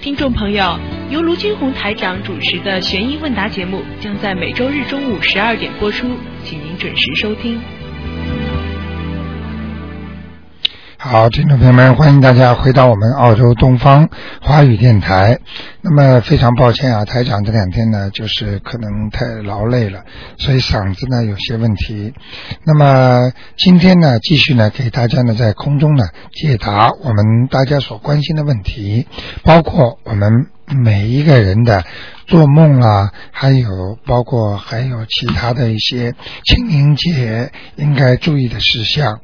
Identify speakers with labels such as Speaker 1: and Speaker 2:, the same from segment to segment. Speaker 1: 听众朋友，由卢军红台长主持的悬疑问答节目将在每周日中午十二点播出，请您准时收听。
Speaker 2: 好，听众朋友们，欢迎大家回到我们澳洲东方华语电台。那么非常抱歉啊，台长这两天呢，就是可能太劳累了，所以嗓子呢有些问题。那么今天呢，继续呢给大家呢在空中呢解答我们大家所关心的问题，包括我们每一个人的做梦啦、还有包括还有其他的一些清明节应该注意的事项。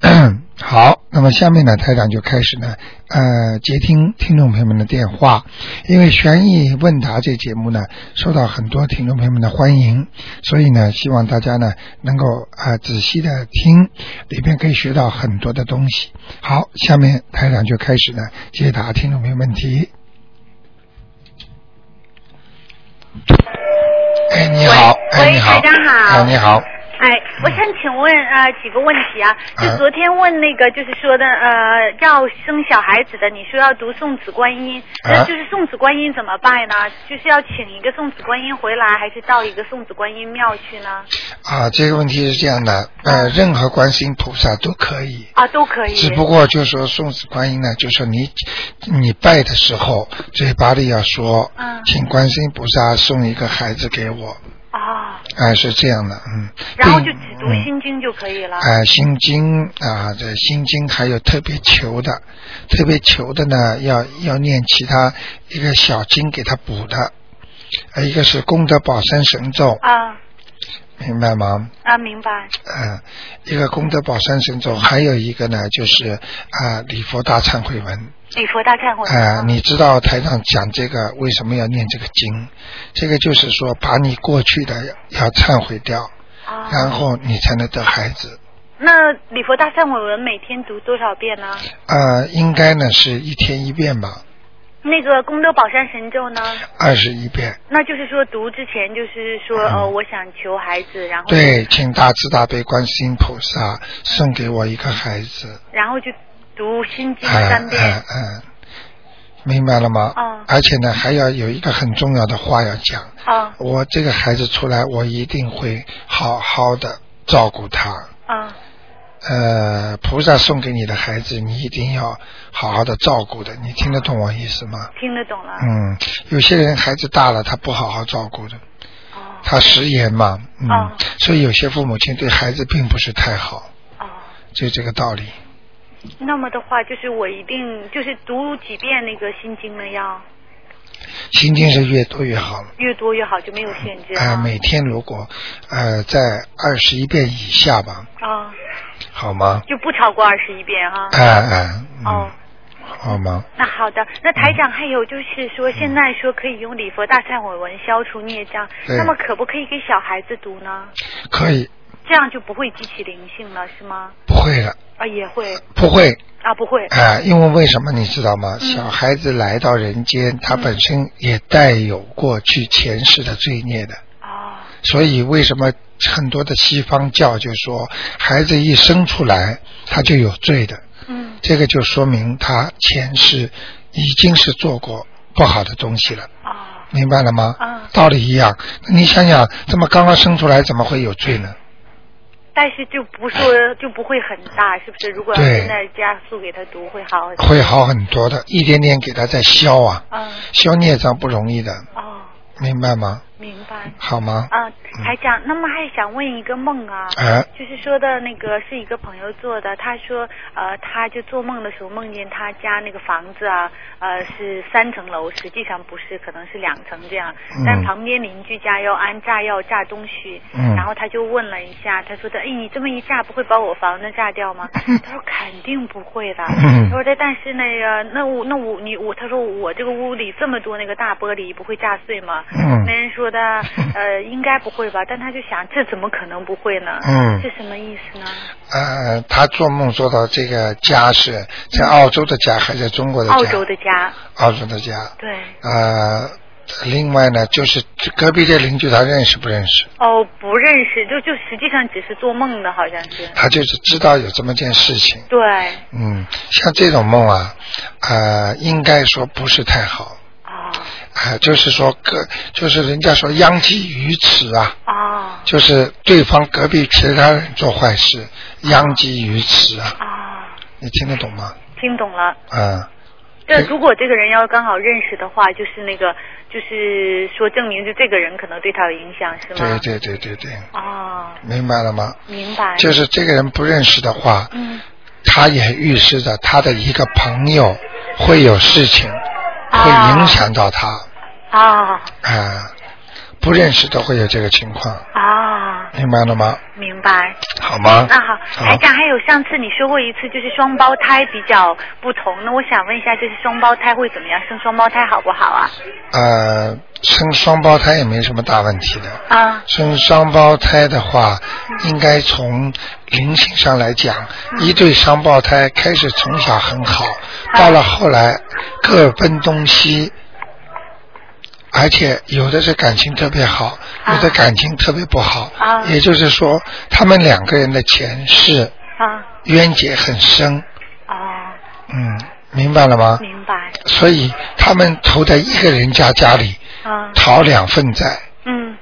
Speaker 2: 好，那么下面呢，台长就开始呢，呃，接听听众朋友们的电话，因为悬疑问答这节目呢，受到很多听众朋友们的欢迎，所以呢，希望大家呢能够啊、呃仔细的听，里边可以学到很多的东西。好，下面台长就开始呢解答听众朋友问题。哎，你好，哎，
Speaker 3: 喂
Speaker 2: 你好，
Speaker 3: 台长好
Speaker 2: 哎，你好，
Speaker 3: 哎，我想请问呃几个问题啊，就
Speaker 2: 嗯
Speaker 3: 昨天问那个就是说的呃要生小孩子的，你说要读送子观音，
Speaker 2: 啊
Speaker 3: 那就是送子观音怎么拜呢？就是要请一个送子观音回来，还是到一个送子观音庙去呢？
Speaker 2: 啊，这个问题是这样的，呃，任何观世音菩萨都可以，
Speaker 3: 啊，都可以。
Speaker 2: 只不过就说送子观音呢，就说你你拜的时候，嘴巴里要说，
Speaker 3: 嗯
Speaker 2: 请观世音菩萨送一个孩子给我，
Speaker 3: 啊，
Speaker 2: 哎、是这样的，嗯，
Speaker 3: 然后就
Speaker 2: 并
Speaker 3: 只读心经就可以了。
Speaker 2: 哎，心经啊，这心经还有特别求的，特别求的呢，要要念其他一个小经给他补的，呃，一个是功德宝山神咒，
Speaker 3: 啊
Speaker 2: 明白吗？
Speaker 3: 啊，明白。
Speaker 2: 嗯，一个功德宝山神咒，还有一个呢，就是啊、礼佛大忏悔文。
Speaker 3: 礼佛大忏悔文
Speaker 2: 啊、
Speaker 3: 啊。
Speaker 2: 你知道台上讲这个为什么要念这个经？这个就是说，把你过去的要忏悔掉，
Speaker 3: 啊，
Speaker 2: 然后你才能得孩子。
Speaker 3: 那礼佛大忏悔文每天读多少遍呢？
Speaker 2: 呃，应该呢是一天一遍吧，
Speaker 3: 那个功德宝山神咒呢？
Speaker 2: 二十一遍。
Speaker 3: 那就是说读之前就是说、呃，我想求孩子，然后
Speaker 2: 嗯对，请大慈大悲观世音菩萨送给我一个孩子。
Speaker 3: 然后就读心经三
Speaker 2: 嗯
Speaker 3: 遍。
Speaker 2: 嗯嗯，明白了吗？
Speaker 3: 嗯
Speaker 2: 而且呢，还要有一个很重要的话要讲。
Speaker 3: 啊
Speaker 2: 我这个孩子出来，我一定会好好的照顾他。
Speaker 3: 啊
Speaker 2: 呃，菩萨送给你的孩子，你一定要好好的照顾的。你听得懂我意思吗？
Speaker 3: 听得懂了。
Speaker 2: 嗯，有些人孩子大了，他不好好照顾的，
Speaker 3: 哦
Speaker 2: 他食言嘛，嗯，
Speaker 3: 哦
Speaker 2: 所以有些父母亲对孩子并不是太好，
Speaker 3: 哦，
Speaker 2: 就这个道理。
Speaker 3: 那么的话就是我一定就是读几遍那个心经呢，要
Speaker 2: 心经是越多越好了。
Speaker 3: 越多越好，就没有限制
Speaker 2: 啊、
Speaker 3: 啊。
Speaker 2: 每天如果呃在二十一遍以下吧，
Speaker 3: 啊，
Speaker 2: 好吗？
Speaker 3: 就不超过二十一遍哈、
Speaker 2: 啊啊，嗯，
Speaker 3: 哦。
Speaker 2: 好吗？
Speaker 3: 那好的，那台长还有就是说，现在说可以用礼佛大忏悔文消除孽障，
Speaker 2: 对
Speaker 3: 那么可不可以给小孩子读呢？
Speaker 2: 可以，
Speaker 3: 这样就不会激起灵性了，是吗？
Speaker 2: 不会了，
Speaker 3: 啊，也会
Speaker 2: 不会
Speaker 3: 啊，不会
Speaker 2: 啊、因为为什么你知道吗？
Speaker 3: 嗯
Speaker 2: 小孩子来到人间，他本身也带有过去前世的罪孽的，
Speaker 3: 啊
Speaker 2: 所以为什么很多的西方教就说，孩子一生出来他就有罪的，
Speaker 3: 嗯
Speaker 2: 这个就说明他前世已经是做过不好的东西了。
Speaker 3: 啊
Speaker 2: 明白了吗？
Speaker 3: 嗯
Speaker 2: 道理一样。那你想想，这么刚刚生出来，怎么会有罪呢？
Speaker 3: 但是就不说就不会很大，是不是？如果要
Speaker 2: 哎对
Speaker 3: 现在加速给他读会好很多。
Speaker 2: 会好很多的，一点点给他在消啊，
Speaker 3: 嗯
Speaker 2: 消孽障不容易的，
Speaker 3: 哦，
Speaker 2: 明白吗？
Speaker 3: 明白。
Speaker 2: 好吗？嗯
Speaker 3: 啊，台长，那么还想问一个梦啊，
Speaker 2: 哎
Speaker 3: 就是说的那个是一个朋友做的，他说呃，他就做梦的时候梦见他家那个房子啊，呃是三层楼，实际上不是，可能是两层这样
Speaker 2: 嗯，
Speaker 3: 但旁边邻居家要安炸药炸东西，
Speaker 2: 嗯
Speaker 3: 然后他就问了一下，他说的，哎，你这么一炸不会把我房子炸 掉吗？他说肯定不会的，
Speaker 2: 嗯
Speaker 3: 他说的，但是那个那我那我你我，他说我这个屋里这么多那个大玻璃不会炸碎吗？
Speaker 2: 嗯
Speaker 3: 那人说的，呃，应该不会吧？但他就想，这怎么可能不会呢？
Speaker 2: 嗯
Speaker 3: 这什么意思呢？
Speaker 2: 呃，他做梦做到这个家是在澳洲的家，还是中国的家？
Speaker 3: 澳洲的家，
Speaker 2: 澳洲的家，
Speaker 3: 对，
Speaker 2: 呃，另外呢，就是隔壁这邻居他认识不认识？
Speaker 3: 哦，不认识，就就实际上只是做梦的，好像是。
Speaker 2: 他就是知道有这么件事情。
Speaker 3: 对。
Speaker 2: 嗯，像这种梦啊，呃，应该说不是太好。
Speaker 3: 哦。
Speaker 2: 啊、就是说隔，就是人家说殃及于此啊，
Speaker 3: 哦。
Speaker 2: 就是对方隔壁其他人做坏事，殃及于此啊。
Speaker 3: 啊、
Speaker 2: 你听得懂吗？
Speaker 3: 听懂了。
Speaker 2: 啊、
Speaker 3: 这如果这个人要刚好认识的话，就是那个，就是说证明就这个人可能对他有影响，是
Speaker 2: 对
Speaker 3: 吗？
Speaker 2: 对对对对，
Speaker 3: 哦，
Speaker 2: 明白了吗？
Speaker 3: 明白。
Speaker 2: 就是这个人不认识的话，
Speaker 3: 嗯，
Speaker 2: 他也预示着他的一个朋友会有事情，会
Speaker 3: 啊
Speaker 2: 影响到他啊、
Speaker 3: 啊
Speaker 2: 不认识都会有这个情况，
Speaker 3: 啊，
Speaker 2: 明白了吗？
Speaker 3: 明白。
Speaker 2: 好吗？啊
Speaker 3: 那好，
Speaker 2: 好
Speaker 3: 台长，还有上次你说过一次，就是双胞胎比较不同。那我想问一下，就是双胞胎会怎么样？生双胞胎好不好啊？
Speaker 2: 呃，生双胞胎也没什么大问题的。
Speaker 3: 啊，
Speaker 2: 生双胞胎的话，应该从灵性上来讲，一对双胞胎开始从小很好，到了后来各奔东西，而且有的是感情特别好，有的感情特别不好
Speaker 3: 啊。
Speaker 2: 也就是说，他们两个人的前世
Speaker 3: 啊，
Speaker 2: 冤结很深。
Speaker 3: 哦，
Speaker 2: 嗯，明白了吗？
Speaker 3: 明白。
Speaker 2: 所以他们投在一个人家家里
Speaker 3: 啊，
Speaker 2: 讨两份债。
Speaker 3: 嗯，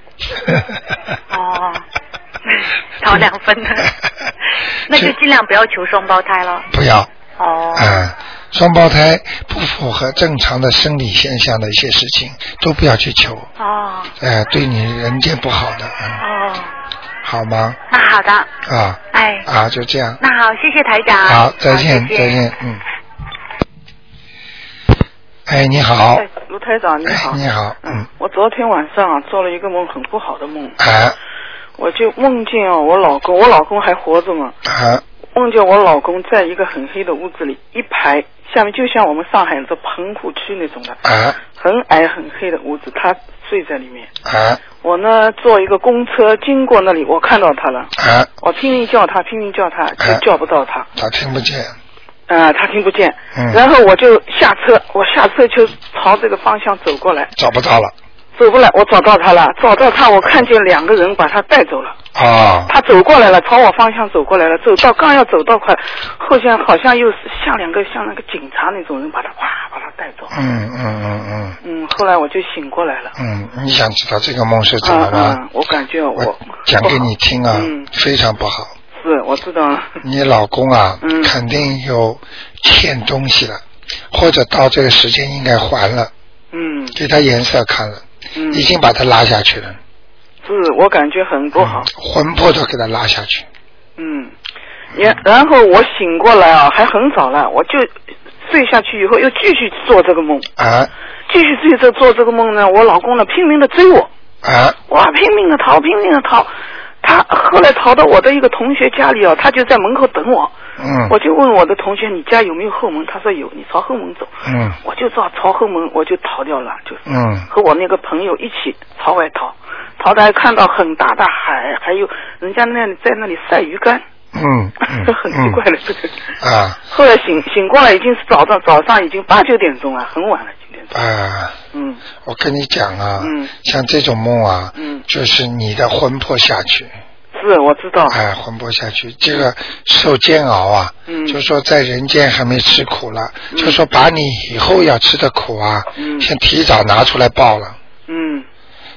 Speaker 3: 哦， 讨两分 的，那就尽量不要求双胞胎了。
Speaker 2: 不要。
Speaker 3: 哦，
Speaker 2: 啊，双胞胎不符合正常的生理现象的一些事情都不要去求，
Speaker 3: 哦，
Speaker 2: 哎、对你人间不好的，嗯，
Speaker 3: 哦，
Speaker 2: 好吗？
Speaker 3: 那好的，
Speaker 2: 啊
Speaker 3: 哎，
Speaker 2: 啊，就这样，
Speaker 3: 那好，谢谢台
Speaker 4: 啊
Speaker 3: 长。
Speaker 2: 好，再见，
Speaker 3: 好谢谢
Speaker 2: 再见，嗯。哎，你好，
Speaker 4: 哎，卢台长你好
Speaker 2: 哎，。你好，嗯，，
Speaker 4: 我昨天晚上啊做了一个梦，很不好的梦，
Speaker 2: 哎
Speaker 4: 我就梦见哦我老公，我老公还活着嘛，
Speaker 2: 啊
Speaker 4: 梦见我老公在一个很黑的屋子里，一排下面就像我们上海这棚户区那种的，
Speaker 2: 啊
Speaker 4: 很矮很黑的屋子，他睡在里面。
Speaker 2: 啊
Speaker 4: 我呢坐一个公车经过那里，我看到他了，
Speaker 2: 啊，
Speaker 4: 我拼命叫他，拼命叫他，就
Speaker 2: 哎
Speaker 4: 叫不到他，
Speaker 2: 他听不见，
Speaker 4: 呃，他听不见。
Speaker 2: 嗯
Speaker 4: 然后我就下车，我下车就朝这个方向走过来。
Speaker 2: 找不到了，
Speaker 4: 走过来，我找到他了，找到他，我看见两个人把他带走了。
Speaker 2: 啊
Speaker 4: 他走过来了，朝我方向走过来了，走到刚要走到快，后像好像又是像两个像那个警察那种人把他哇把他带走。
Speaker 2: 嗯嗯嗯
Speaker 4: 嗯，后来我就醒过来了。
Speaker 2: 嗯嗯，你想知道这个梦是怎
Speaker 4: 嗯
Speaker 2: 么吗？
Speaker 4: 嗯，我感觉我
Speaker 2: 我讲给你听啊，
Speaker 4: 嗯
Speaker 2: 非常不好。
Speaker 4: 是，我知道了。
Speaker 2: 你老公啊，
Speaker 4: 嗯
Speaker 2: 肯定有欠东西了，或者到这个时间应该还了，
Speaker 4: 嗯
Speaker 2: 给他颜色看了，
Speaker 4: 嗯，
Speaker 2: 已经把他拉下去了，
Speaker 4: 是我感觉很不好
Speaker 2: 嗯。魂魄都给他拉下去。
Speaker 4: 嗯，也然后我醒过来啊，还很早了，我就睡下去以后又继续做这个梦，
Speaker 2: 啊
Speaker 4: 继续睡着做这个梦呢，我老公呢拼命的追我。
Speaker 2: 啊
Speaker 4: 哇，拼命的逃，拼命的逃。他后来逃到我的一个同学家里哦，他就在门口等我。
Speaker 2: 嗯
Speaker 4: 我就问我的同学，你家有没有后门？他说有，你朝后门走。
Speaker 2: 嗯
Speaker 4: 我就照朝后门，我就逃掉了，就是、
Speaker 2: 嗯
Speaker 4: 和我那个朋友一起朝外逃。逃的还看到很大的海，还有人家那里在那里晒鱼干，
Speaker 2: 嗯
Speaker 4: 很奇怪
Speaker 2: 嗯
Speaker 4: 的这个。
Speaker 2: 嗯啊
Speaker 4: 后来醒醒过来已经是早上早上已经八九点钟了，很晚了，九点钟。
Speaker 2: 啊！
Speaker 4: 嗯
Speaker 2: 我跟你讲啊，
Speaker 4: 嗯
Speaker 2: 像这种梦啊，
Speaker 4: 嗯，
Speaker 2: 就是你的魂魄下去，
Speaker 4: 是我知道。
Speaker 2: 哎，魂魄下去，这个受煎熬啊，
Speaker 4: 嗯
Speaker 2: 就说在人间还没吃苦了，就说把你以后要吃的苦啊，
Speaker 4: 嗯
Speaker 2: 先提早拿出来报了。
Speaker 4: 嗯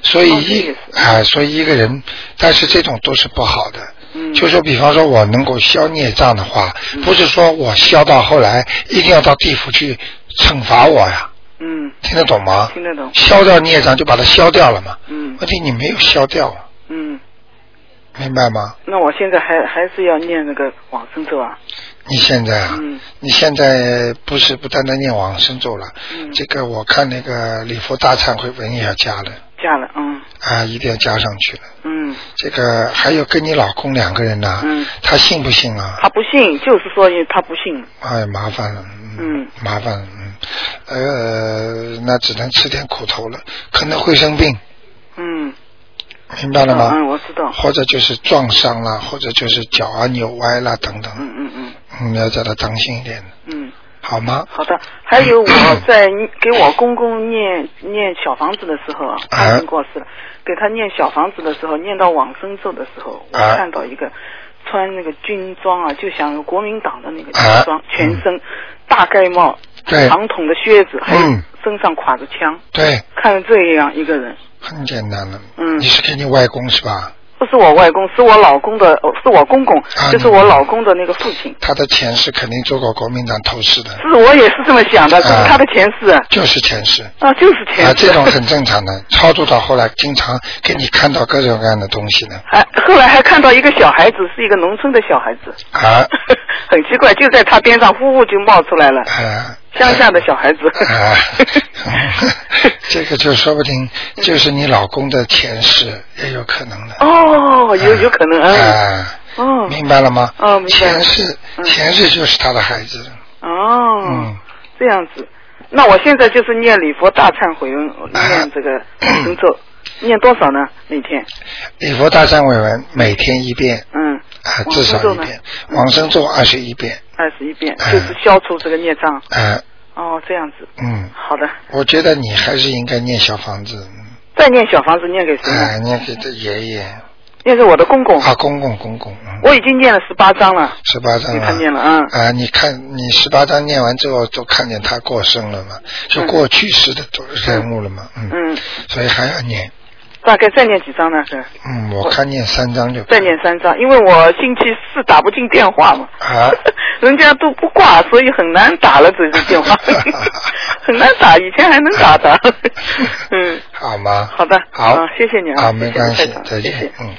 Speaker 2: 所以
Speaker 4: 哦
Speaker 2: 一
Speaker 4: 这
Speaker 2: 啊
Speaker 4: 个、
Speaker 2: 所以一个人，但是这种都是不好的。
Speaker 4: 嗯。
Speaker 2: 就说比方说，我能够消孽障的话，不是说我消到后来一定要到地府去惩罚我呀，
Speaker 4: 嗯，
Speaker 2: 听得懂吗？
Speaker 4: 听得懂。
Speaker 2: 消掉孽障就把它消掉了嘛，
Speaker 4: 嗯
Speaker 2: 问题你没有消掉啊，
Speaker 4: 嗯，
Speaker 2: 明白吗？
Speaker 4: 那我现在还还是要念那个往生咒啊。
Speaker 2: 你现在啊，
Speaker 4: 嗯
Speaker 2: 你现在不是不单单念往生咒了，
Speaker 4: 嗯，
Speaker 2: 这个我看那个礼佛大忏悔文也要加了
Speaker 4: 嫁了，嗯
Speaker 2: 啊，一定要加上去了。
Speaker 4: 嗯
Speaker 2: 这个还有跟你老公两个人呐，
Speaker 4: 嗯，
Speaker 2: 他信不信啊？
Speaker 4: 他不信，就是说他不信。
Speaker 2: 哎，麻烦了，
Speaker 4: 嗯，
Speaker 2: 麻烦了，嗯，呃，那只能吃点苦头了，可能会生病，
Speaker 4: 嗯，
Speaker 2: 明白了吗？
Speaker 4: 嗯，我知道。
Speaker 2: 或者就是撞伤了，或者就是脚啊扭歪了等等，
Speaker 4: 嗯嗯嗯
Speaker 2: 嗯，要叫他当心一点，
Speaker 4: 嗯，
Speaker 2: 好吗？
Speaker 4: 好的，还有我在给我公公念念小房子的时候啊，他已经过世了，给他念小房子的时候，念到往生咒的时候，我
Speaker 2: 啊
Speaker 4: 看到一个穿那个军装啊，就像国民党的那个军
Speaker 2: 啊
Speaker 4: 装，全身大盖帽、
Speaker 2: 对
Speaker 4: 长筒的靴子，还有
Speaker 2: 嗯
Speaker 4: 身上挎着枪，
Speaker 2: 对，
Speaker 4: 看着这样一个人，
Speaker 2: 很简单了。
Speaker 4: 嗯
Speaker 2: 你是给你外公是吧？
Speaker 4: 不是我外公，是我老公的，哦是我公公，
Speaker 2: 啊
Speaker 4: 就是我老公的那个父亲。
Speaker 2: 他的前世肯定做过国民党头事的，
Speaker 4: 是我也是这么想的，可是他的前世啊，
Speaker 2: 就是前世。
Speaker 4: 啊就是前
Speaker 2: 啊，
Speaker 4: 世。
Speaker 2: 这种很正常的，操作到后来经常给你看到各种各样的东西 呢。
Speaker 4: 还后来还看到一个小孩子，是一个农村的小孩子，
Speaker 2: 啊，
Speaker 4: 很奇怪，就在他边上，呼呼就冒出来了，
Speaker 2: 啊，
Speaker 4: 乡下的小孩子。
Speaker 2: 啊，这个就说不定就是你老公的前世也有可能的。
Speaker 4: 哦，有有可能，嗯，
Speaker 2: 啊，
Speaker 4: 哦，
Speaker 2: 明白了吗？
Speaker 4: 哦明白
Speaker 2: 前
Speaker 4: 了
Speaker 2: 世，
Speaker 4: 嗯
Speaker 2: 前世就是他的孩子。
Speaker 4: 哦
Speaker 2: 嗯，，
Speaker 4: 这样子。那我现在就是念礼佛大忏悔文，念这个 神咒，念多少呢？每天，
Speaker 2: 礼佛大忏悔文每天一遍
Speaker 4: 嗯，
Speaker 2: 啊，
Speaker 4: 往
Speaker 2: 至
Speaker 4: 生
Speaker 2: 少
Speaker 4: 咒
Speaker 2: 一
Speaker 4: 呢
Speaker 2: 遍，往生咒二十一遍
Speaker 4: 二十一遍，
Speaker 2: 嗯
Speaker 4: 就是消除这个孽障。
Speaker 2: 啊，
Speaker 4: 哦，这样子，
Speaker 2: 嗯，
Speaker 4: 好的。
Speaker 2: 我觉得你还是应该念小房子，
Speaker 4: 再念小房子念给谁
Speaker 2: 啊，
Speaker 4: 呢？
Speaker 2: 念给这爷爷
Speaker 4: 念给我的公公。
Speaker 2: 啊，公公公公，嗯
Speaker 4: 我已经念了十八章了，
Speaker 2: 十八章
Speaker 4: 给
Speaker 2: 了
Speaker 4: 他念了，嗯。
Speaker 2: 啊，你看你十八章念完之后，都看见他过生了嘛，就
Speaker 4: 嗯
Speaker 2: 过去式的都人物了嘛，嗯，
Speaker 4: 嗯，
Speaker 2: 所以还要念，
Speaker 4: 大概再念几张呢？是
Speaker 2: 嗯，我看念三章就
Speaker 4: 再念三张，因为我星期四打不进电话嘛，
Speaker 2: 啊，
Speaker 4: 人家都不挂，所以很难打了这支 电话，很难打，以前还能打的。嗯，
Speaker 2: 好吗？
Speaker 4: 好的，
Speaker 2: 好
Speaker 4: 啊，谢谢你啊，
Speaker 2: 啊，没关系
Speaker 4: 谢谢，台长
Speaker 2: 再见，
Speaker 4: 谢谢。
Speaker 2: 嗯。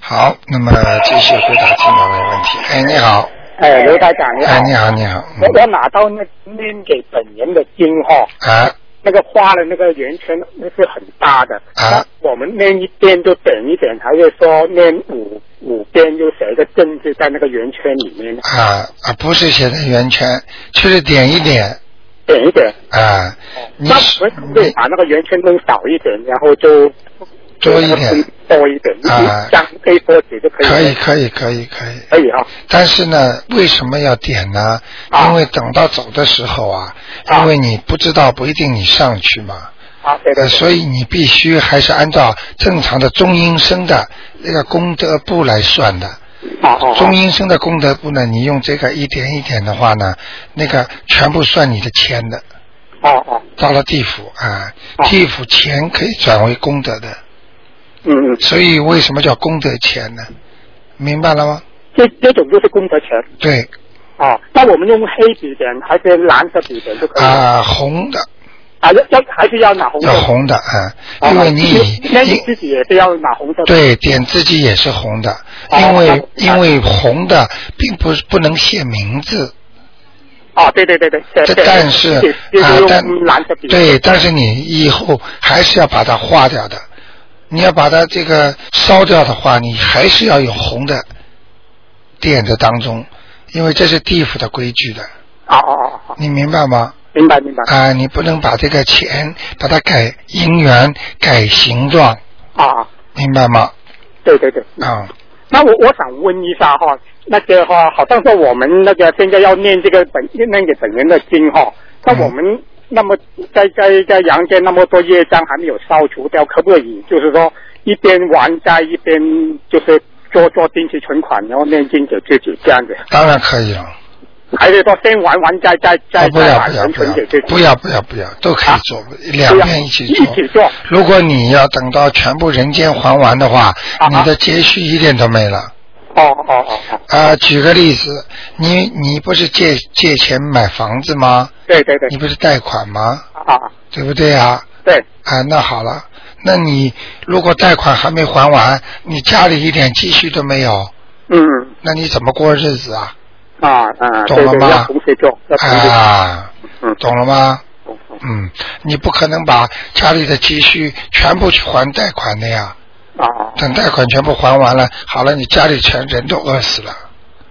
Speaker 2: 好，那么继续回答听众的问题。哎，你好，
Speaker 5: 哎，刘台
Speaker 4: 啊
Speaker 5: 长你好，
Speaker 2: 哎，你好，你好，
Speaker 5: 我
Speaker 2: 嗯
Speaker 5: 我拿到那念给本人的经哈，
Speaker 2: 啊
Speaker 5: 那个画的那个圆圈那是很大的，
Speaker 2: 啊
Speaker 5: 我们念一遍就等一等，还是说念五五遍就写一个正字在那个圆圈里面，
Speaker 2: 啊啊，不是写的圆圈，就是点一点
Speaker 5: 等一等，
Speaker 2: 啊，你
Speaker 5: 那
Speaker 2: 是
Speaker 5: 我们会把那个圆圈弄少一点，然后就
Speaker 2: 多一点，
Speaker 5: 多一点，
Speaker 2: 啊
Speaker 5: 一张 A 4纸就可以了，啊
Speaker 2: 可以，可以，可以，可以。
Speaker 5: 可以啊，
Speaker 2: 但是呢，为什么要点呢？
Speaker 5: 啊
Speaker 2: 因为等到走的时候啊，
Speaker 5: 啊
Speaker 2: 因为你不知道，不一定你上去嘛，
Speaker 5: 啊，对对
Speaker 2: 呃，
Speaker 5: 对，
Speaker 2: 所以你必须还是按照正常的中阴身的那个功德簿来算的。
Speaker 5: 好好好
Speaker 2: 中阴身的功德簿呢，你用这个一点一点的话呢，那个全部算你的钱的。
Speaker 5: 哦哦，
Speaker 2: 到了地府啊，
Speaker 5: 哦
Speaker 2: 地府钱可以转为功德的，
Speaker 5: 嗯嗯，
Speaker 2: 所以为什么叫功德钱呢？明白了吗？
Speaker 5: 这这种就是功德钱。
Speaker 2: 对
Speaker 5: 哦，那我们用黑笔点还是蓝色笔点就可以了？
Speaker 2: 啊，红的
Speaker 5: 啊，要要还是要拿红色？
Speaker 2: 要红的啊，
Speaker 5: 哦，
Speaker 2: 因为你以
Speaker 5: 那你
Speaker 2: 因
Speaker 5: 自己也是要拿红色的。
Speaker 2: 对点自己也是红的，
Speaker 5: 哦
Speaker 2: 因为
Speaker 5: 哦
Speaker 2: 因为红的并不是不能写名字，
Speaker 5: 哦，对对对对，对
Speaker 2: 这
Speaker 5: 对
Speaker 2: 但是
Speaker 5: 就
Speaker 2: 啊
Speaker 5: 就是
Speaker 2: 但
Speaker 5: 用蓝色笔。
Speaker 2: 对，但是你以后还是要把它化掉的。你要把它这个烧掉的话，你还是要有红的点在当中，因为这是地府的规矩的，
Speaker 5: 哦哦哦哦，
Speaker 2: 你明白吗？
Speaker 5: 明白明白。
Speaker 2: 啊，你不能把这个钱把它改姻缘、改形状，
Speaker 5: 啊，啊
Speaker 2: 明白吗？
Speaker 5: 对对对。
Speaker 2: 啊、
Speaker 5: 那我我想问一下哈，那个哈，好像说我们那个现在要念这个本念给本人的经哈，那
Speaker 2: 嗯
Speaker 5: 我们那么在在在阳间那么多业障还没有消除掉，可不可以就是说一边玩斋一边就是做做定期存款，然后念经给自己这样子？
Speaker 2: 当然可以了。
Speaker 5: 还是说先玩玩斋再
Speaker 2: 啊
Speaker 5: 再
Speaker 2: 不
Speaker 5: 再
Speaker 2: 要
Speaker 5: 把
Speaker 2: 不要不
Speaker 5: 钱存
Speaker 2: 要
Speaker 5: 给自己？
Speaker 2: 不要不要不要，都可以
Speaker 5: 啊
Speaker 2: 做，两边一起做
Speaker 5: 一。起做。
Speaker 2: 如果你要等到全部人间还完的话，
Speaker 5: 啊
Speaker 2: 你的积蓄一点都没了。
Speaker 5: 哦哦哦哦，
Speaker 2: 啊，举个例子，你你不是借借钱买房子吗？
Speaker 5: 对对对
Speaker 2: 你，不是贷款吗？
Speaker 5: 啊啊
Speaker 2: 对不对啊？
Speaker 5: 对，
Speaker 2: 啊，那好了，那你如果贷款还没还完，你家里一点积蓄都没有，
Speaker 5: 嗯
Speaker 2: 那你怎么过日子啊？
Speaker 5: 啊啊，
Speaker 2: 懂
Speaker 5: 对
Speaker 2: 了
Speaker 5: 对，
Speaker 2: 吗
Speaker 5: 要同时做，要同时做，
Speaker 2: 啊，
Speaker 5: 嗯
Speaker 2: 懂了吗？
Speaker 5: 嗯嗯
Speaker 2: 嗯，你不可能把家里的积蓄全部去还贷款的呀。
Speaker 5: 啊啊
Speaker 2: 等贷款全部还完了，好了，你家里全人都饿死了，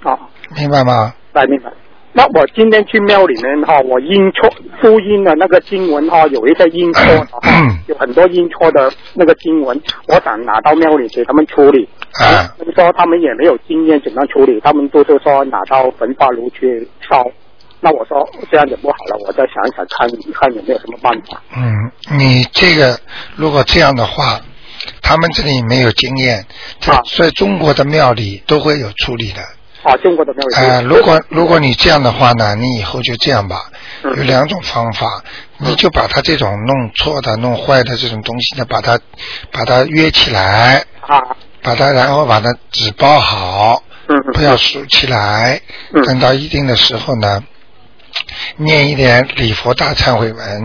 Speaker 5: 啊，
Speaker 2: 明白吗？
Speaker 5: 明白明白。那我今天去庙里面哈，我音错复音的那个经文哈，有一些音错
Speaker 2: 哎
Speaker 5: 的哈，有很多音错的那个经文，我想拿到庙里给他们处理。
Speaker 2: 啊，
Speaker 5: 他们说他们也没有经验怎么样处理，他们都是说拿到焚化炉去烧。那我说这样也不好了，我再想一想看看有没有什么办法。
Speaker 2: 嗯，你这个如果这样的话，他们这里没有经验，在、
Speaker 5: 啊
Speaker 2: 在中国的庙里都会有处理的。
Speaker 5: 啊，中国的庙里。
Speaker 2: 呃，如果如果你这样的话呢，你以后就这样吧，
Speaker 5: 嗯
Speaker 2: 有两种方法，你就把他这种弄错的、弄坏的这种东西呢，把它把它约起来，
Speaker 5: 啊，
Speaker 2: 把它然后把它纸包好，
Speaker 5: 嗯
Speaker 2: 不要竖起来，
Speaker 5: 嗯
Speaker 2: 等到一定的时候呢，念一点礼佛大忏悔文，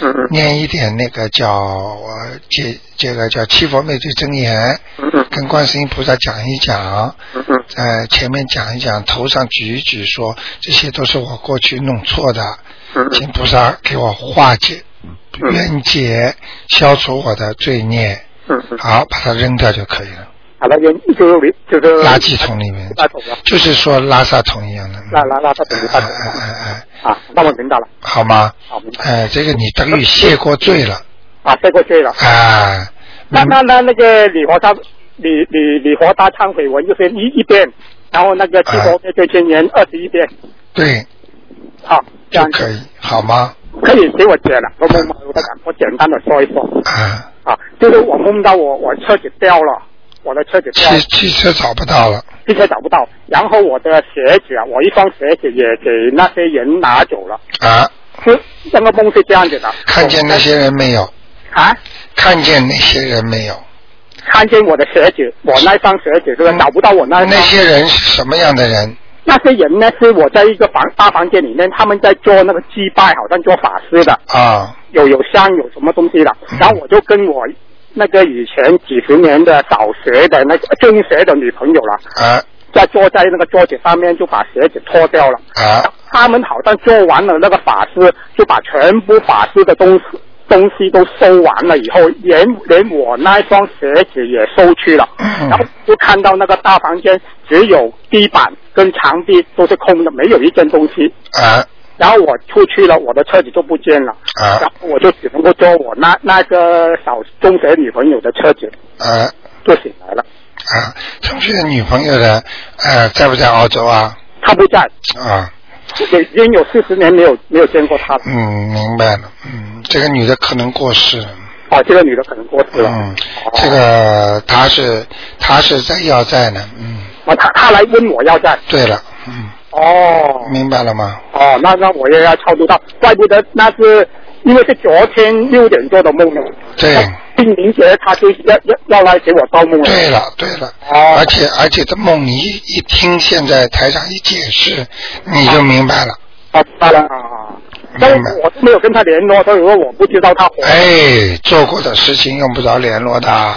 Speaker 5: 嗯嗯
Speaker 2: 念一点那个叫呃这这个叫七佛灭罪真言，
Speaker 5: 嗯嗯
Speaker 2: 跟观世音菩萨讲一讲，
Speaker 5: 嗯嗯
Speaker 2: 呃，前面讲一讲，头上举一举说，这些都是我过去弄错的，
Speaker 5: 嗯
Speaker 2: 请菩萨给我化解、
Speaker 5: 嗯
Speaker 2: 冤结，消除我的罪孽。
Speaker 5: 嗯嗯，
Speaker 2: 好，把它扔掉就可以了，
Speaker 5: 好了，原就是就是
Speaker 2: 垃圾桶里面，
Speaker 5: 垃圾桶了，
Speaker 2: 就是说拉萨桶一样的。
Speaker 5: 垃垃垃圾桶，
Speaker 2: 哎
Speaker 5: 垃圾
Speaker 2: 哎
Speaker 5: 桶
Speaker 2: 哎哎，
Speaker 5: 啊，那我明白了，
Speaker 2: 好吗？
Speaker 5: 好明白了
Speaker 2: 哎、这个你等于谢过罪了
Speaker 5: 啊，这个对了。
Speaker 2: 啊。
Speaker 5: 那
Speaker 2: 嗯
Speaker 5: 那那那个礼佛大礼礼礼佛大忏悔文就是一一遍，然后那个七佛灭罪真言二十一遍，
Speaker 2: 对
Speaker 5: 好，这
Speaker 2: 就
Speaker 5: 样
Speaker 2: 可以，好吗？
Speaker 5: 可以给我解了。我梦我讲，我简单的说一说
Speaker 2: 啊，
Speaker 5: 啊，就是我梦到我我车子掉了，我的车子掉
Speaker 2: 汽
Speaker 5: 了，
Speaker 2: 汽车找不到了，
Speaker 5: 汽车找不到，然后我的鞋子啊，我一双鞋子也给那些人拿走了。
Speaker 2: 啊，
Speaker 5: 是那个梦是这样子的，
Speaker 2: 看见那些人没有？
Speaker 5: 我啊，
Speaker 2: 看见那些人没有？
Speaker 5: 看见我的鞋子，我那双鞋子就是找不到我那
Speaker 2: 嗯那
Speaker 5: 双
Speaker 2: 些人是什么样的人？
Speaker 5: 那些人呢，是我在一个房大房间里面，他们在做那个祭拜，好像做法师的，
Speaker 2: 啊，
Speaker 5: 有有香，有什么东西的。
Speaker 2: 嗯
Speaker 5: 然后我就跟我那个以前几十年的小学的那个呃中学的女朋友了，
Speaker 2: 啊
Speaker 5: 在坐在那个桌子上面，就把鞋子脱掉了。
Speaker 2: 啊
Speaker 5: 他们好像做完了那个法师，就把全部法师的东西东西都收完了以后，连连我那双鞋子也收去了。
Speaker 2: 嗯
Speaker 5: 然后就看到那个大房间只有地板跟墙壁都是空的，没有一件东西。
Speaker 2: 啊
Speaker 5: 然后我出去了，我的车子就不见了。
Speaker 2: 啊
Speaker 5: 然后我就只能够坐我那那个小中学女朋友的车子
Speaker 2: 啊
Speaker 5: 就醒来了。
Speaker 2: 啊！同学女朋友的，呃，在不在澳洲啊？
Speaker 5: 她不在，
Speaker 2: 啊，
Speaker 5: 已经有四十年没有没有见过她了。
Speaker 2: 嗯，明白了，嗯，这个女的可能过世了。
Speaker 5: 哦，这个女的可能过世了。
Speaker 2: 嗯，
Speaker 5: 哦
Speaker 2: 这个他是他是在要债呢，嗯，
Speaker 5: 啊，他他来问我要债。
Speaker 2: 对了，嗯，
Speaker 5: 哦
Speaker 2: 明白了吗？
Speaker 5: 哦，那那我也要超度到，怪不得那是因为是昨天六点做的梦了。
Speaker 2: 对，
Speaker 5: 清明节他就要要要来给我报梦了。
Speaker 2: 对了，对了，
Speaker 5: 哦
Speaker 2: 而且而且这梦你一一听，现在台上一解释，你就明白了，
Speaker 5: 啊，当然啊，但
Speaker 2: 明白
Speaker 5: 是我都没有跟他联络，所以说我不知道他活、
Speaker 2: 哎，做过的事情用不着联络的，
Speaker 5: 啊，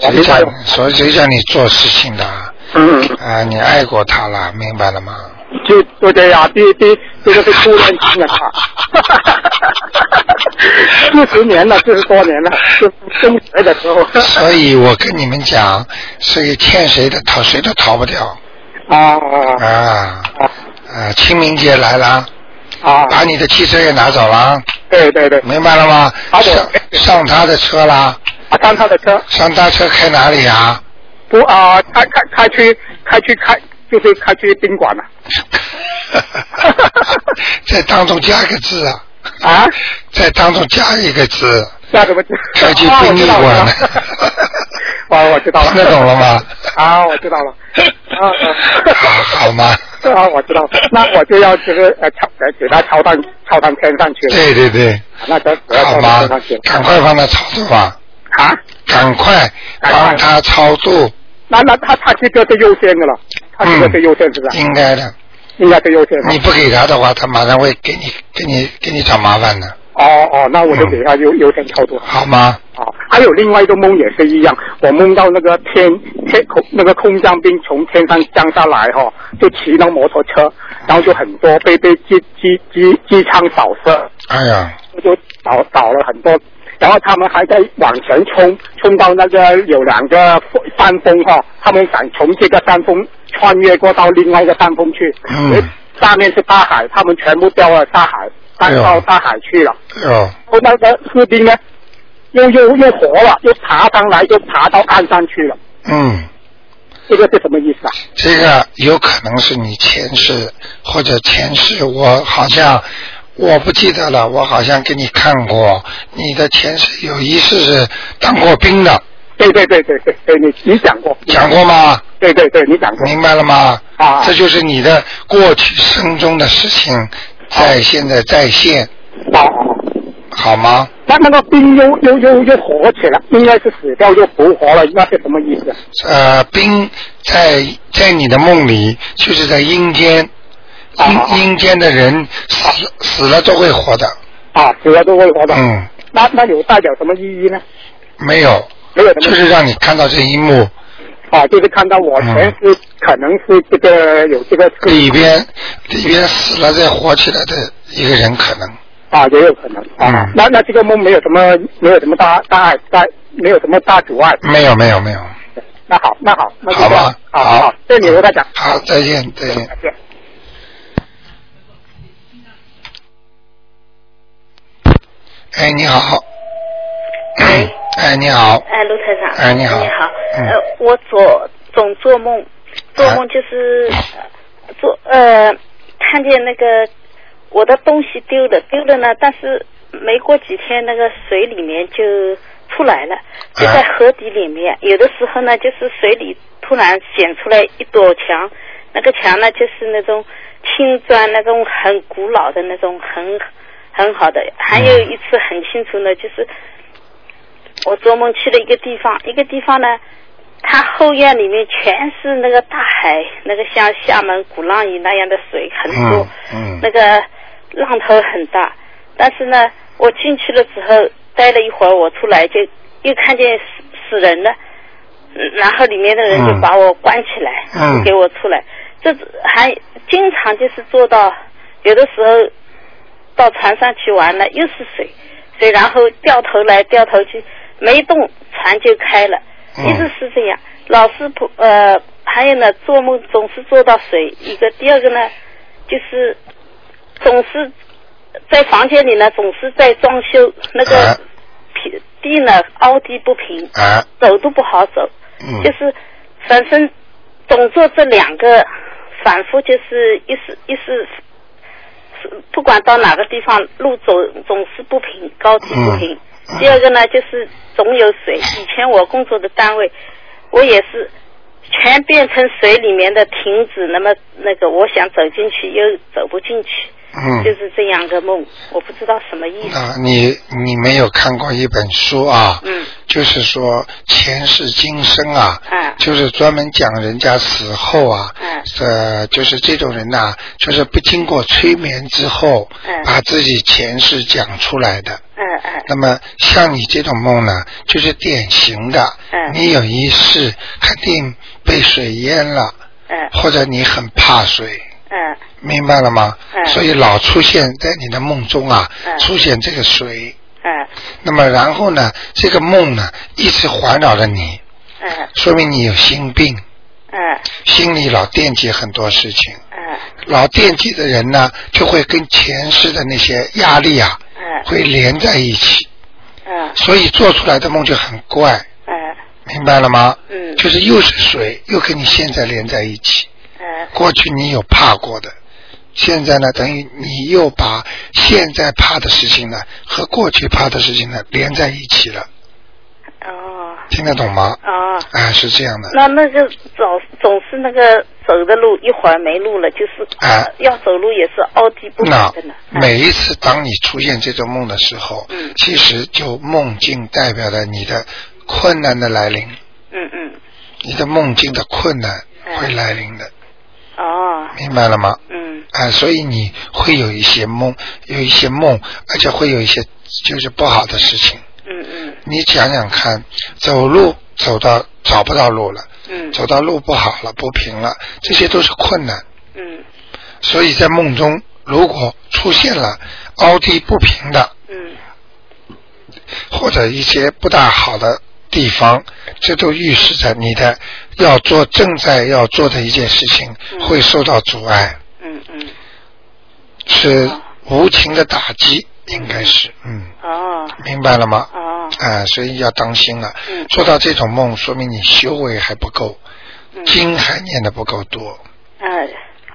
Speaker 5: 我
Speaker 2: 谁
Speaker 5: 明
Speaker 2: 叫
Speaker 5: 白了。
Speaker 2: 你所以谁叫你做事情的啊？
Speaker 5: 嗯，
Speaker 2: 你爱过他了，明白了吗？
Speaker 5: 就就这样，第第这个是初恋情人啊，四十年了，四十多年了，是中学的时候
Speaker 2: 所以我跟你们讲，谁欠谁的逃，谁都逃不掉
Speaker 5: 啊啊
Speaker 2: 啊
Speaker 5: 啊
Speaker 2: 啊！清明节来了，
Speaker 5: 啊！
Speaker 2: 把你的汽车也拿走了，
Speaker 5: 对对对，
Speaker 2: 明白了吗？
Speaker 5: 好的
Speaker 2: 上上他的车啦，
Speaker 5: 啊，当他的车。
Speaker 2: 上他车开哪里啊？
Speaker 5: 不啊、开开开去开去开就是开去宾馆了
Speaker 2: 在当中加个字啊，
Speaker 5: 啊？
Speaker 2: 在当中加一个字，
Speaker 5: 那怎么知？
Speaker 2: 开去
Speaker 5: 啊
Speaker 2: 宾馆了
Speaker 5: 我知道了
Speaker 2: 听得懂了吗？
Speaker 5: 啊，我知道了。啊
Speaker 2: 好好吗？
Speaker 5: 啊，啊我知道了。那我就要就是呃抄呃给他抄到抄到天上去了。
Speaker 2: 对对对，
Speaker 5: 那咱我要
Speaker 2: 好
Speaker 5: 抄到
Speaker 2: 吗
Speaker 5: 天上去了？
Speaker 2: 赶快帮他操作吧，
Speaker 5: 啊？
Speaker 2: 赶快帮他超度，
Speaker 5: 那那他他这个是优先的了，他这个是优先是不是？
Speaker 2: 嗯应该的。
Speaker 5: 应该是优先的。
Speaker 2: 你不给他的话，他马上会给你给你给你找麻烦的，
Speaker 5: 哦哦，那我就给他优优先超度。
Speaker 2: 嗯好吗？
Speaker 5: 哦，还有另外一个梦也是一样，我梦到那个天天空那个空降兵从天上降下来哈、就骑那摩托车，然后就很多被被机机机机枪扫射，
Speaker 2: 哎呀，
Speaker 5: 就倒倒了很多，然后他们还在往前冲，冲到那个有两个山峰哈、他们想从这个山峰穿越过到另外一个山峰去，
Speaker 2: 嗯
Speaker 5: 诶下面是大海，他们全部掉到大海，
Speaker 2: 哎呦
Speaker 5: 搬到大海去了。
Speaker 2: 哦，
Speaker 5: 后那个士兵呢，又又又活了，又爬上来，又爬到岸上去了。
Speaker 2: 嗯，
Speaker 5: 这个是什么意思啊？
Speaker 2: 这个有可能是你前世或者前世，我好像我不记得了，我好像给你看过你的前世有一世是当过兵的，
Speaker 5: 对对对对对对，你你讲过，
Speaker 2: 讲过吗？
Speaker 5: 对对对，你讲过
Speaker 2: 明白了吗？
Speaker 5: 啊
Speaker 2: 这就是你的过去生中的事情，在现在再现，
Speaker 5: 哦。
Speaker 2: 好吗？
Speaker 5: 那那个兵又又又又活起来，应该是死掉又复活了，那是什么意思？啊
Speaker 2: 呃，兵在在你的梦里，就是在阴间，
Speaker 5: 啊
Speaker 2: 阴阴间的人死死了都会活的，
Speaker 5: 啊，死了都会活的。
Speaker 2: 嗯，
Speaker 5: 那那有代表什么意义呢？
Speaker 2: 没有，
Speaker 5: 没有什么意义。
Speaker 2: 就是哦让你看到这一幕嗯
Speaker 5: 啊，就是看到我前世可能是这个有这个事
Speaker 2: 里边里边死了再活起来的一个人可能，
Speaker 5: 啊，也有可能啊。
Speaker 2: 嗯
Speaker 5: 那那这个梦没有什么没有什么大大碍大没有什么大阻碍。
Speaker 2: 没有没有没有，
Speaker 5: 那好，那好，那就
Speaker 2: 好
Speaker 5: 这样
Speaker 2: 吧，
Speaker 5: 好好，谢谢你罗大讲，
Speaker 2: 好，再见再见。
Speaker 5: 再见。
Speaker 2: 哎，你好。哎，你好。
Speaker 6: 哎，卢台长。
Speaker 2: 哎你好
Speaker 6: 你好。
Speaker 2: 嗯
Speaker 6: 呃，我做总做梦，做梦就是、
Speaker 2: 啊
Speaker 6: 呃做呃，看见那个我的东西丢了，丢了呢，但是没过几天，那个水里面就出来了，就在河底里面。有的时候呢，就是水里突然显出来一朵墙，那个墙呢，就是那种青砖，那种很古老的那种很。很好的，还有一次很清楚呢，就是我做梦去了一个地方，一个地方呢，它后院里面全是那个大海，那个像厦门鼓浪屿那样的水
Speaker 5: 哎
Speaker 6: 很多
Speaker 2: 嗯，嗯
Speaker 6: 那个浪头很大。但是呢，我进去了之后待了一会儿，我出来就又看见死死人了，嗯然后里面的人就
Speaker 2: 嗯
Speaker 6: 把我关起来，
Speaker 2: 嗯
Speaker 6: 不给我出来。这还经常就是做到，有的时候到船上去玩了，又是水，水然后掉头来掉头去，没动船就开了，
Speaker 2: 嗯
Speaker 6: 一直是这样。老是不呃，还有呢，做梦总是做到水一个，第二个呢，就是总是在房间里呢，总是在装修那
Speaker 2: 哎
Speaker 6: 个平地呢凹地不平，
Speaker 2: 哎，
Speaker 6: 走都不好走，
Speaker 2: 嗯
Speaker 6: 就是反正总做这两个，反复就是一时一时，是不管到哪个地方，路走总是不平，高低不平。
Speaker 2: 嗯
Speaker 6: 第二个呢，就是总有水。以前我工作的单位，我也是全变成水里面的亭子，那么那个我想走进去又走不进去，就
Speaker 2: 嗯，
Speaker 6: 是这样个梦，我不知道什么意思。
Speaker 2: 那啊你你没有看过一本书啊？
Speaker 6: 嗯，
Speaker 2: 就是说前世今生啊，
Speaker 6: 嗯
Speaker 2: 就是专门讲人家死后啊，
Speaker 6: 嗯
Speaker 2: 呃，就是这种人呐、就是不经过催眠之后，
Speaker 6: 嗯
Speaker 2: 把自己前世讲出来的。
Speaker 6: 嗯嗯
Speaker 2: 那么像你这种梦呢，就是典型的，
Speaker 6: 嗯
Speaker 2: 你有一世肯定被水淹了，
Speaker 6: 嗯
Speaker 2: 或者你很怕水，
Speaker 6: 嗯
Speaker 2: 明白了吗？
Speaker 6: 嗯
Speaker 2: 所以老出现在你的梦中啊，
Speaker 6: 嗯
Speaker 2: 出现这个水。
Speaker 6: 嗯
Speaker 2: 那么然后呢，这个梦呢一直环绕着你，
Speaker 6: 嗯
Speaker 2: 说明你有心病，
Speaker 6: 嗯
Speaker 2: 心里老惦记很多事情。
Speaker 6: 嗯
Speaker 2: 老惦记的人呢，就会跟前世的那些压力啊，
Speaker 6: 嗯
Speaker 2: 会连在一起，
Speaker 6: 嗯
Speaker 2: 所以做出来的梦就很怪，
Speaker 6: 嗯
Speaker 2: 明白了吗？
Speaker 6: 嗯
Speaker 2: 就是又是水，又跟你现在连在一起。
Speaker 6: 嗯
Speaker 2: 过去你有怕过的，现在呢，等于你又把现在怕的事情呢和过去怕的事情呢连在一起了，
Speaker 6: 哦
Speaker 2: 听得懂吗？
Speaker 6: 哦。
Speaker 2: 啊，是这样的，
Speaker 6: 那那个总总是那个走的路一会儿没路了，就是、
Speaker 2: 哎
Speaker 6: 要走路也是凹地不平
Speaker 2: 那
Speaker 6: 的呢。哎
Speaker 2: 每一次当你出现这种梦的时候，
Speaker 6: 嗯
Speaker 2: 其实就梦境代表了你的困难的来临，
Speaker 6: 嗯嗯，
Speaker 2: 你的梦境的困难会来临的，
Speaker 6: 哦，
Speaker 2: 明白了吗？
Speaker 6: 嗯
Speaker 2: 啊，所以你会有一些梦，有一些梦，而且会有一些就是不好的事情。
Speaker 6: 嗯嗯
Speaker 2: 你想想看，走路走到找不到路了，
Speaker 6: 嗯
Speaker 2: 走到路不好了，不平了，这些都是困难。
Speaker 6: 嗯
Speaker 2: 所以在梦中，如果出现了凹地不平的
Speaker 6: 嗯
Speaker 2: 或者一些不大好的地方，这都预示着你的要做正在要做的一件事情
Speaker 6: 嗯
Speaker 2: 会受到阻碍。
Speaker 6: 嗯嗯
Speaker 2: 是无情的打击，应该是，嗯，
Speaker 6: 哦
Speaker 2: 明白了吗？
Speaker 6: 哦，
Speaker 2: 啊、所以要当心了。
Speaker 6: 嗯
Speaker 2: 做到这种梦，说明你修为还不够，
Speaker 6: 嗯
Speaker 2: 经还念的不够多，
Speaker 6: 呃，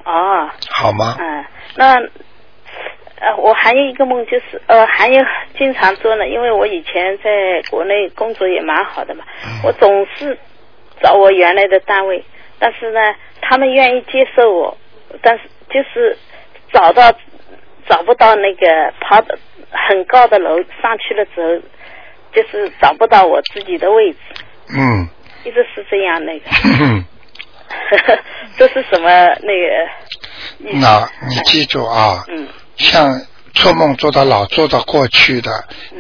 Speaker 6: 哦，
Speaker 2: 好 吗？
Speaker 6: 嗯，那呃，我还有一个梦就是呃，还有经常做呢，因为我以前在国内工作也蛮好的嘛，我总是找我原来的单位，但是呢，他们愿意接受我，但是就是找到找不到那个爬的很高的楼上去了之后，就是找不到我自己的位置，
Speaker 2: 嗯，
Speaker 6: 一直是这样那个，
Speaker 2: 嗯
Speaker 6: 这是什么那个意思？
Speaker 2: 那你记住啊，
Speaker 6: 嗯
Speaker 2: 像做梦做到老，做到过去的，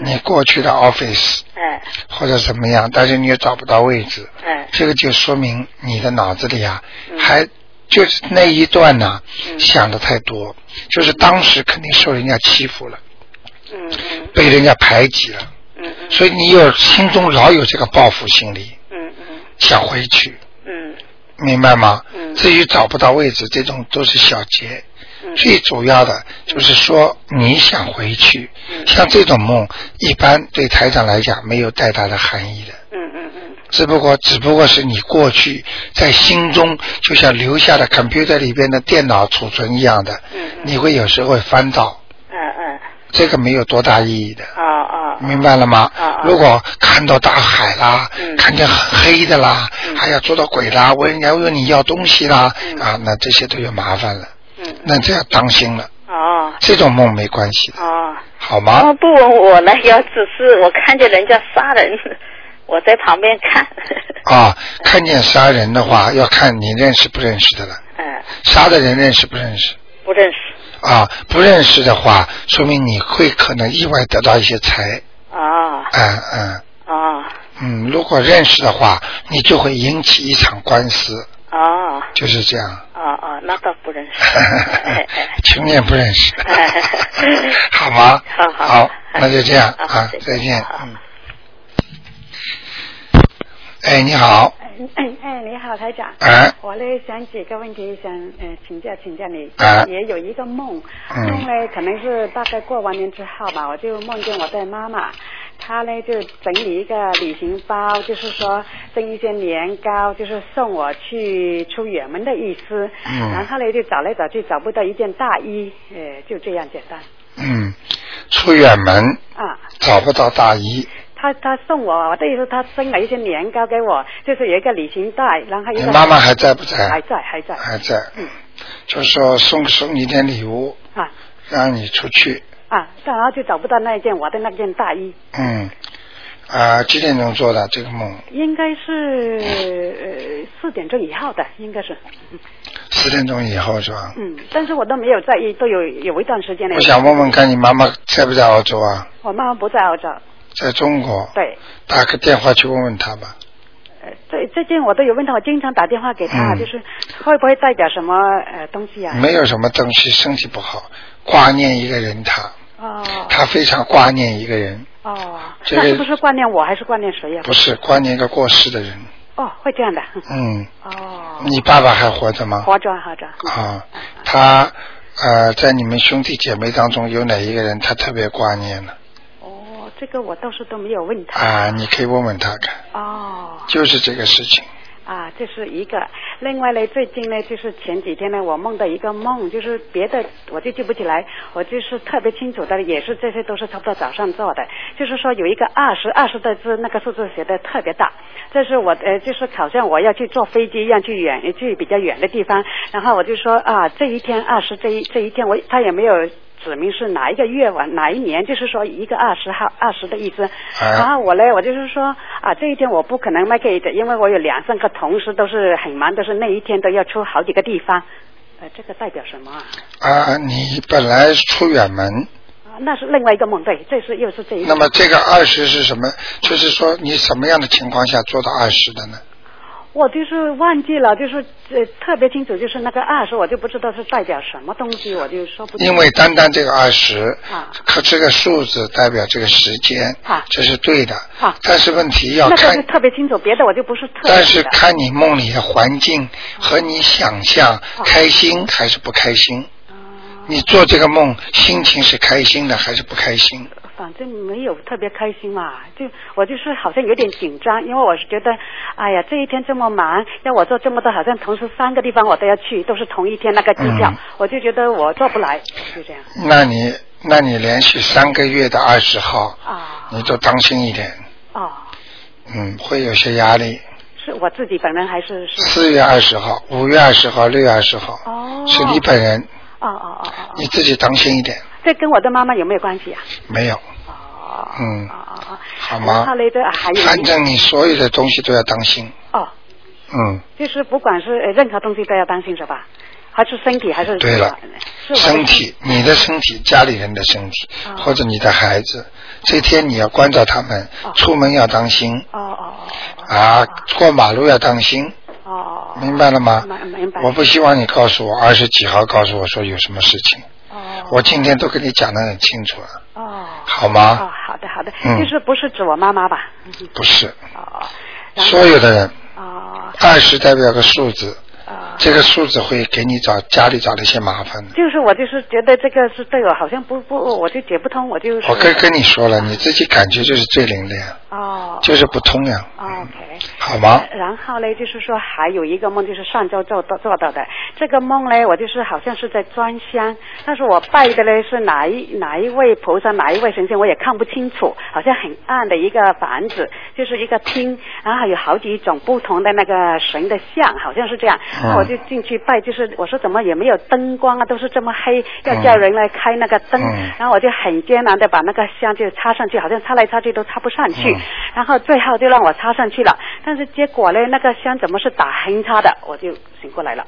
Speaker 2: 你过去的 office
Speaker 6: 嗯哎
Speaker 2: 或者怎么样，但是你也找不到位置，
Speaker 6: 哎。嗯
Speaker 2: 这个就说明你的脑子里啊，还就是那一段呢、想的太多，就是当时肯定受人家欺负了，
Speaker 6: 嗯嗯
Speaker 2: 被人家排挤了，
Speaker 6: 嗯嗯
Speaker 2: 所以你有心中老有这个报复心理，
Speaker 6: 嗯嗯
Speaker 2: 想回去，
Speaker 6: 嗯
Speaker 2: 明白吗？
Speaker 6: 嗯
Speaker 2: 至于找不到位置，这种都是小节。
Speaker 6: 嗯
Speaker 2: 最主要的就是说你想回去，
Speaker 6: 嗯
Speaker 2: 像这种梦，一般对台长来讲没有太大的含义的，
Speaker 6: 嗯嗯嗯
Speaker 2: 只不过只不过是你过去在心中就像留下的 computer 里边的电脑储存一样的，
Speaker 6: 嗯嗯
Speaker 2: 你会有时候会翻到，
Speaker 3: 呃
Speaker 6: 嗯嗯，
Speaker 2: 这个没有多大意义的。
Speaker 6: 哦哦，
Speaker 2: 明白了吗
Speaker 6: 啊啊？
Speaker 2: 如果看到大海啦，
Speaker 6: 嗯
Speaker 2: 看见很黑的啦，
Speaker 6: 嗯
Speaker 2: 还要捉到鬼啦，问人家问你要东西啦，
Speaker 6: 嗯
Speaker 2: 啊，那这些都有麻烦了，
Speaker 6: 嗯
Speaker 2: 那这要当心了。
Speaker 6: 哦
Speaker 2: 这种梦没关系的，
Speaker 6: 哦，
Speaker 2: 好
Speaker 6: 他
Speaker 2: 吗？
Speaker 6: 们不问我了，要只是我看见人家杀人， 我在旁边看，
Speaker 2: 啊，看见杀人的话，要看你认识不认识的了。
Speaker 6: 嗯，
Speaker 2: 杀的人认识不认识？
Speaker 6: 不认识，
Speaker 2: 啊，不认识的话，说明你会可能意外得到一些财。
Speaker 6: 哦
Speaker 2: 嗯嗯
Speaker 6: 哦
Speaker 2: 嗯，如果认识的话，你就会引起一场官司，
Speaker 6: 哦
Speaker 2: 就是这样。
Speaker 6: 哦哦，那倒不认 识，哎哎，
Speaker 2: 情 人不认识
Speaker 6: 哎，
Speaker 2: 好吗？
Speaker 6: 好好哎
Speaker 2: 那就这样
Speaker 6: 好
Speaker 2: 啊
Speaker 6: 再，见
Speaker 2: 再见
Speaker 6: 好。
Speaker 2: 嗯。哎，你好，
Speaker 7: 哎 哎，你好，台长。
Speaker 2: 哎，
Speaker 7: 我呢想几个问题想呃请教请教你，
Speaker 2: 啊
Speaker 7: 也有一个梦，
Speaker 2: 嗯
Speaker 7: 梦呢可能是大概过完年之后吧，我就梦见我的妈妈，她呢就整理一个旅行包，就是说蒸一些年糕，就是送我去出远门的意思。
Speaker 2: 嗯
Speaker 7: 然后呢就找来找去找不到一件大衣，呃就这样简单
Speaker 2: 嗯，出远门
Speaker 7: 啊。
Speaker 2: 找不到大姨，
Speaker 7: 她她送我，我的意思她蒸了一些年糕给我，就是有一个旅行袋，然后一
Speaker 2: 你
Speaker 7: 个
Speaker 2: 妈妈还在不啊
Speaker 7: 还
Speaker 2: 在？
Speaker 7: 在还在
Speaker 2: 还在，
Speaker 6: 嗯
Speaker 2: 就说送送你点礼物，
Speaker 7: 啊。
Speaker 2: 让你出去。
Speaker 7: 啊，然后就找不到那一件我的那件大衣，
Speaker 2: 嗯，啊，几点钟做的这个梦？
Speaker 7: 应该是呃四点钟以后的，应该是，
Speaker 2: 十点钟以后是吧？
Speaker 7: 嗯，但是我都没有在意，都有有一段时间了。
Speaker 2: 我想问问看你妈妈在不在澳洲啊？
Speaker 7: 我妈妈不在澳洲，
Speaker 2: 在中国，
Speaker 7: 对，
Speaker 2: 打个电话去问问她吧。
Speaker 7: 呃，最最近我都有问她，我经常打电话给她，
Speaker 2: 嗯
Speaker 7: 就是会不会带点什么呃东西啊？
Speaker 2: 没有什么东西，身体不好，挂念一个人他，
Speaker 7: 哦
Speaker 2: 他非常挂念一个人，
Speaker 7: 哦，
Speaker 2: 这个
Speaker 7: 那是不是挂念我还是挂念谁呀、
Speaker 2: 不是挂念一个过世的人。
Speaker 7: 哦，会这样的，
Speaker 2: 嗯，
Speaker 7: 哦，
Speaker 2: 你爸爸还活着吗？
Speaker 7: 活着活着，
Speaker 2: 啊，他呃，在你们兄弟姐妹当中有哪一个人他特别挂念呢？
Speaker 7: 哦，这个我倒是都没有问她。
Speaker 2: 啊，你可以问问他看，
Speaker 7: 哦。
Speaker 2: 就是这个事情。
Speaker 7: 啊，这是一个。另外呢，最近呢，就是前几天呢，我梦到一个梦，就是别的我就记不起来，我就是特别清楚的，也是这些都是差不多早上做的。就是说有一个二十二十的字，那个数字写的特别大，这是我呃，就是好像我要去坐飞机一样去远去比较远的地方，然后我就说啊，这一天二十这一这一天我他也没有。指明是哪一个月晚哪一年，就是说一个二十号二十的意思。
Speaker 2: 哎
Speaker 7: 然后我嘞，我就是说啊，这一天我不可能卖给的，因为我有两三个同事都是很忙，都是那一天都要出好几个地方。呃，这个代表什么啊？
Speaker 2: 啊，你本来出远门，
Speaker 7: 啊那是另外一个梦，对，这是又是这一个。
Speaker 2: 那么这个二十是什么？就是说你什么样的情况下做到二十的呢？
Speaker 7: 我就是忘记了，就是呃特别清楚，就是那个二十，我就不知道是代表什么东西，我就说不清楚。
Speaker 2: 因为单单这个二十
Speaker 7: 啊，
Speaker 2: 可这个数字代表这个时间
Speaker 7: 啊，
Speaker 2: 这是对的
Speaker 7: 啊。
Speaker 2: 但是问题要
Speaker 7: 那个是
Speaker 2: 看，
Speaker 7: 特别清楚，别的我就不是特别
Speaker 2: 但是
Speaker 7: 记得
Speaker 2: 看你梦里的环境和你想象开心还是不开心。
Speaker 7: 啊
Speaker 2: 你做这个梦心情是开心的还是不开心？
Speaker 7: 反正没有特别开心嘛，就我就是好像有点紧张，因为我是觉得，哎呀，这一天这么忙，要我做这么多，好像同时三个地方我都要去，都是同一天那个机票，
Speaker 2: 嗯
Speaker 7: 我就觉得我做不来，就这样。
Speaker 2: 那你那你连续三个月的二十号，
Speaker 7: 啊
Speaker 2: 你都当心一点，
Speaker 7: 哦，
Speaker 2: 嗯，会有些压力。
Speaker 7: 是我自己本人还是是？
Speaker 2: 四月二十号、五月二十号、六月二十号，
Speaker 7: 哦，
Speaker 2: 是你本人，
Speaker 7: 哦哦哦哦，
Speaker 2: 你自己当心一点，
Speaker 7: 这跟我的妈妈有没有关系啊？
Speaker 2: 没有，
Speaker 7: 哦
Speaker 2: 嗯，
Speaker 7: 哦哦，
Speaker 2: 好
Speaker 7: 然
Speaker 2: 吗
Speaker 7: 后？嘞，这啊还有一
Speaker 2: 反正你所有的东西都要当心，
Speaker 7: 哦，
Speaker 2: 嗯，
Speaker 7: 就是不管是呃任何东西都要当心是吧？还是身体还是
Speaker 2: 对了，
Speaker 7: 是我的啊
Speaker 2: 身体、你的身体、家里人的身体，或者你的孩子，这天你要关照他们，出门要当心
Speaker 7: 啊哦哦
Speaker 2: 啊，过马路要当心，
Speaker 7: 哦哦，
Speaker 2: 明白了吗？
Speaker 7: 明明白。
Speaker 2: 我不希望你告诉我二十几号告诉我说有什么事情，我今天都跟你讲的很清楚了，
Speaker 7: 哦
Speaker 2: 好吗？
Speaker 7: 哦，好的好的，
Speaker 2: 嗯
Speaker 7: 就是不是指我妈妈吧？
Speaker 2: 不是，
Speaker 7: 哦然后
Speaker 2: 所有的人，
Speaker 7: 哦，
Speaker 2: 二十代表个数字，这个数字会给你找家里找了一些麻烦的。
Speaker 7: 就是我就是觉得这个是对我好像不不，我就解不通，我就是啊
Speaker 2: 我跟跟你说了，你自己感觉就是最灵的呀，
Speaker 7: 哦
Speaker 2: 就是不通呀，
Speaker 7: ，OK。
Speaker 2: 好吗？
Speaker 7: 然后呢，就是说还有一个梦，就是上周做到做到的。这个梦呢，我就是好像是在装香，但是我拜的呢是哪一哪一位菩萨，哪一位神仙，我也看不清楚，好像很暗的一个房子，就是一个厅，然后有好几种不同的那个神的像，好像是这样。
Speaker 8: 嗯
Speaker 7: 我就进去拜，就是我说怎么也没有灯光啊，都是这么黑，要
Speaker 8: 嗯
Speaker 7: 叫人来开那个灯。
Speaker 8: 嗯
Speaker 7: 然后我就很艰难的把那个香就插上去，好像插来插去都插不上去。
Speaker 8: 嗯
Speaker 7: 然后最后就让我插上去了，但是结果呢，那个香怎么是打横插的，我就醒过来了。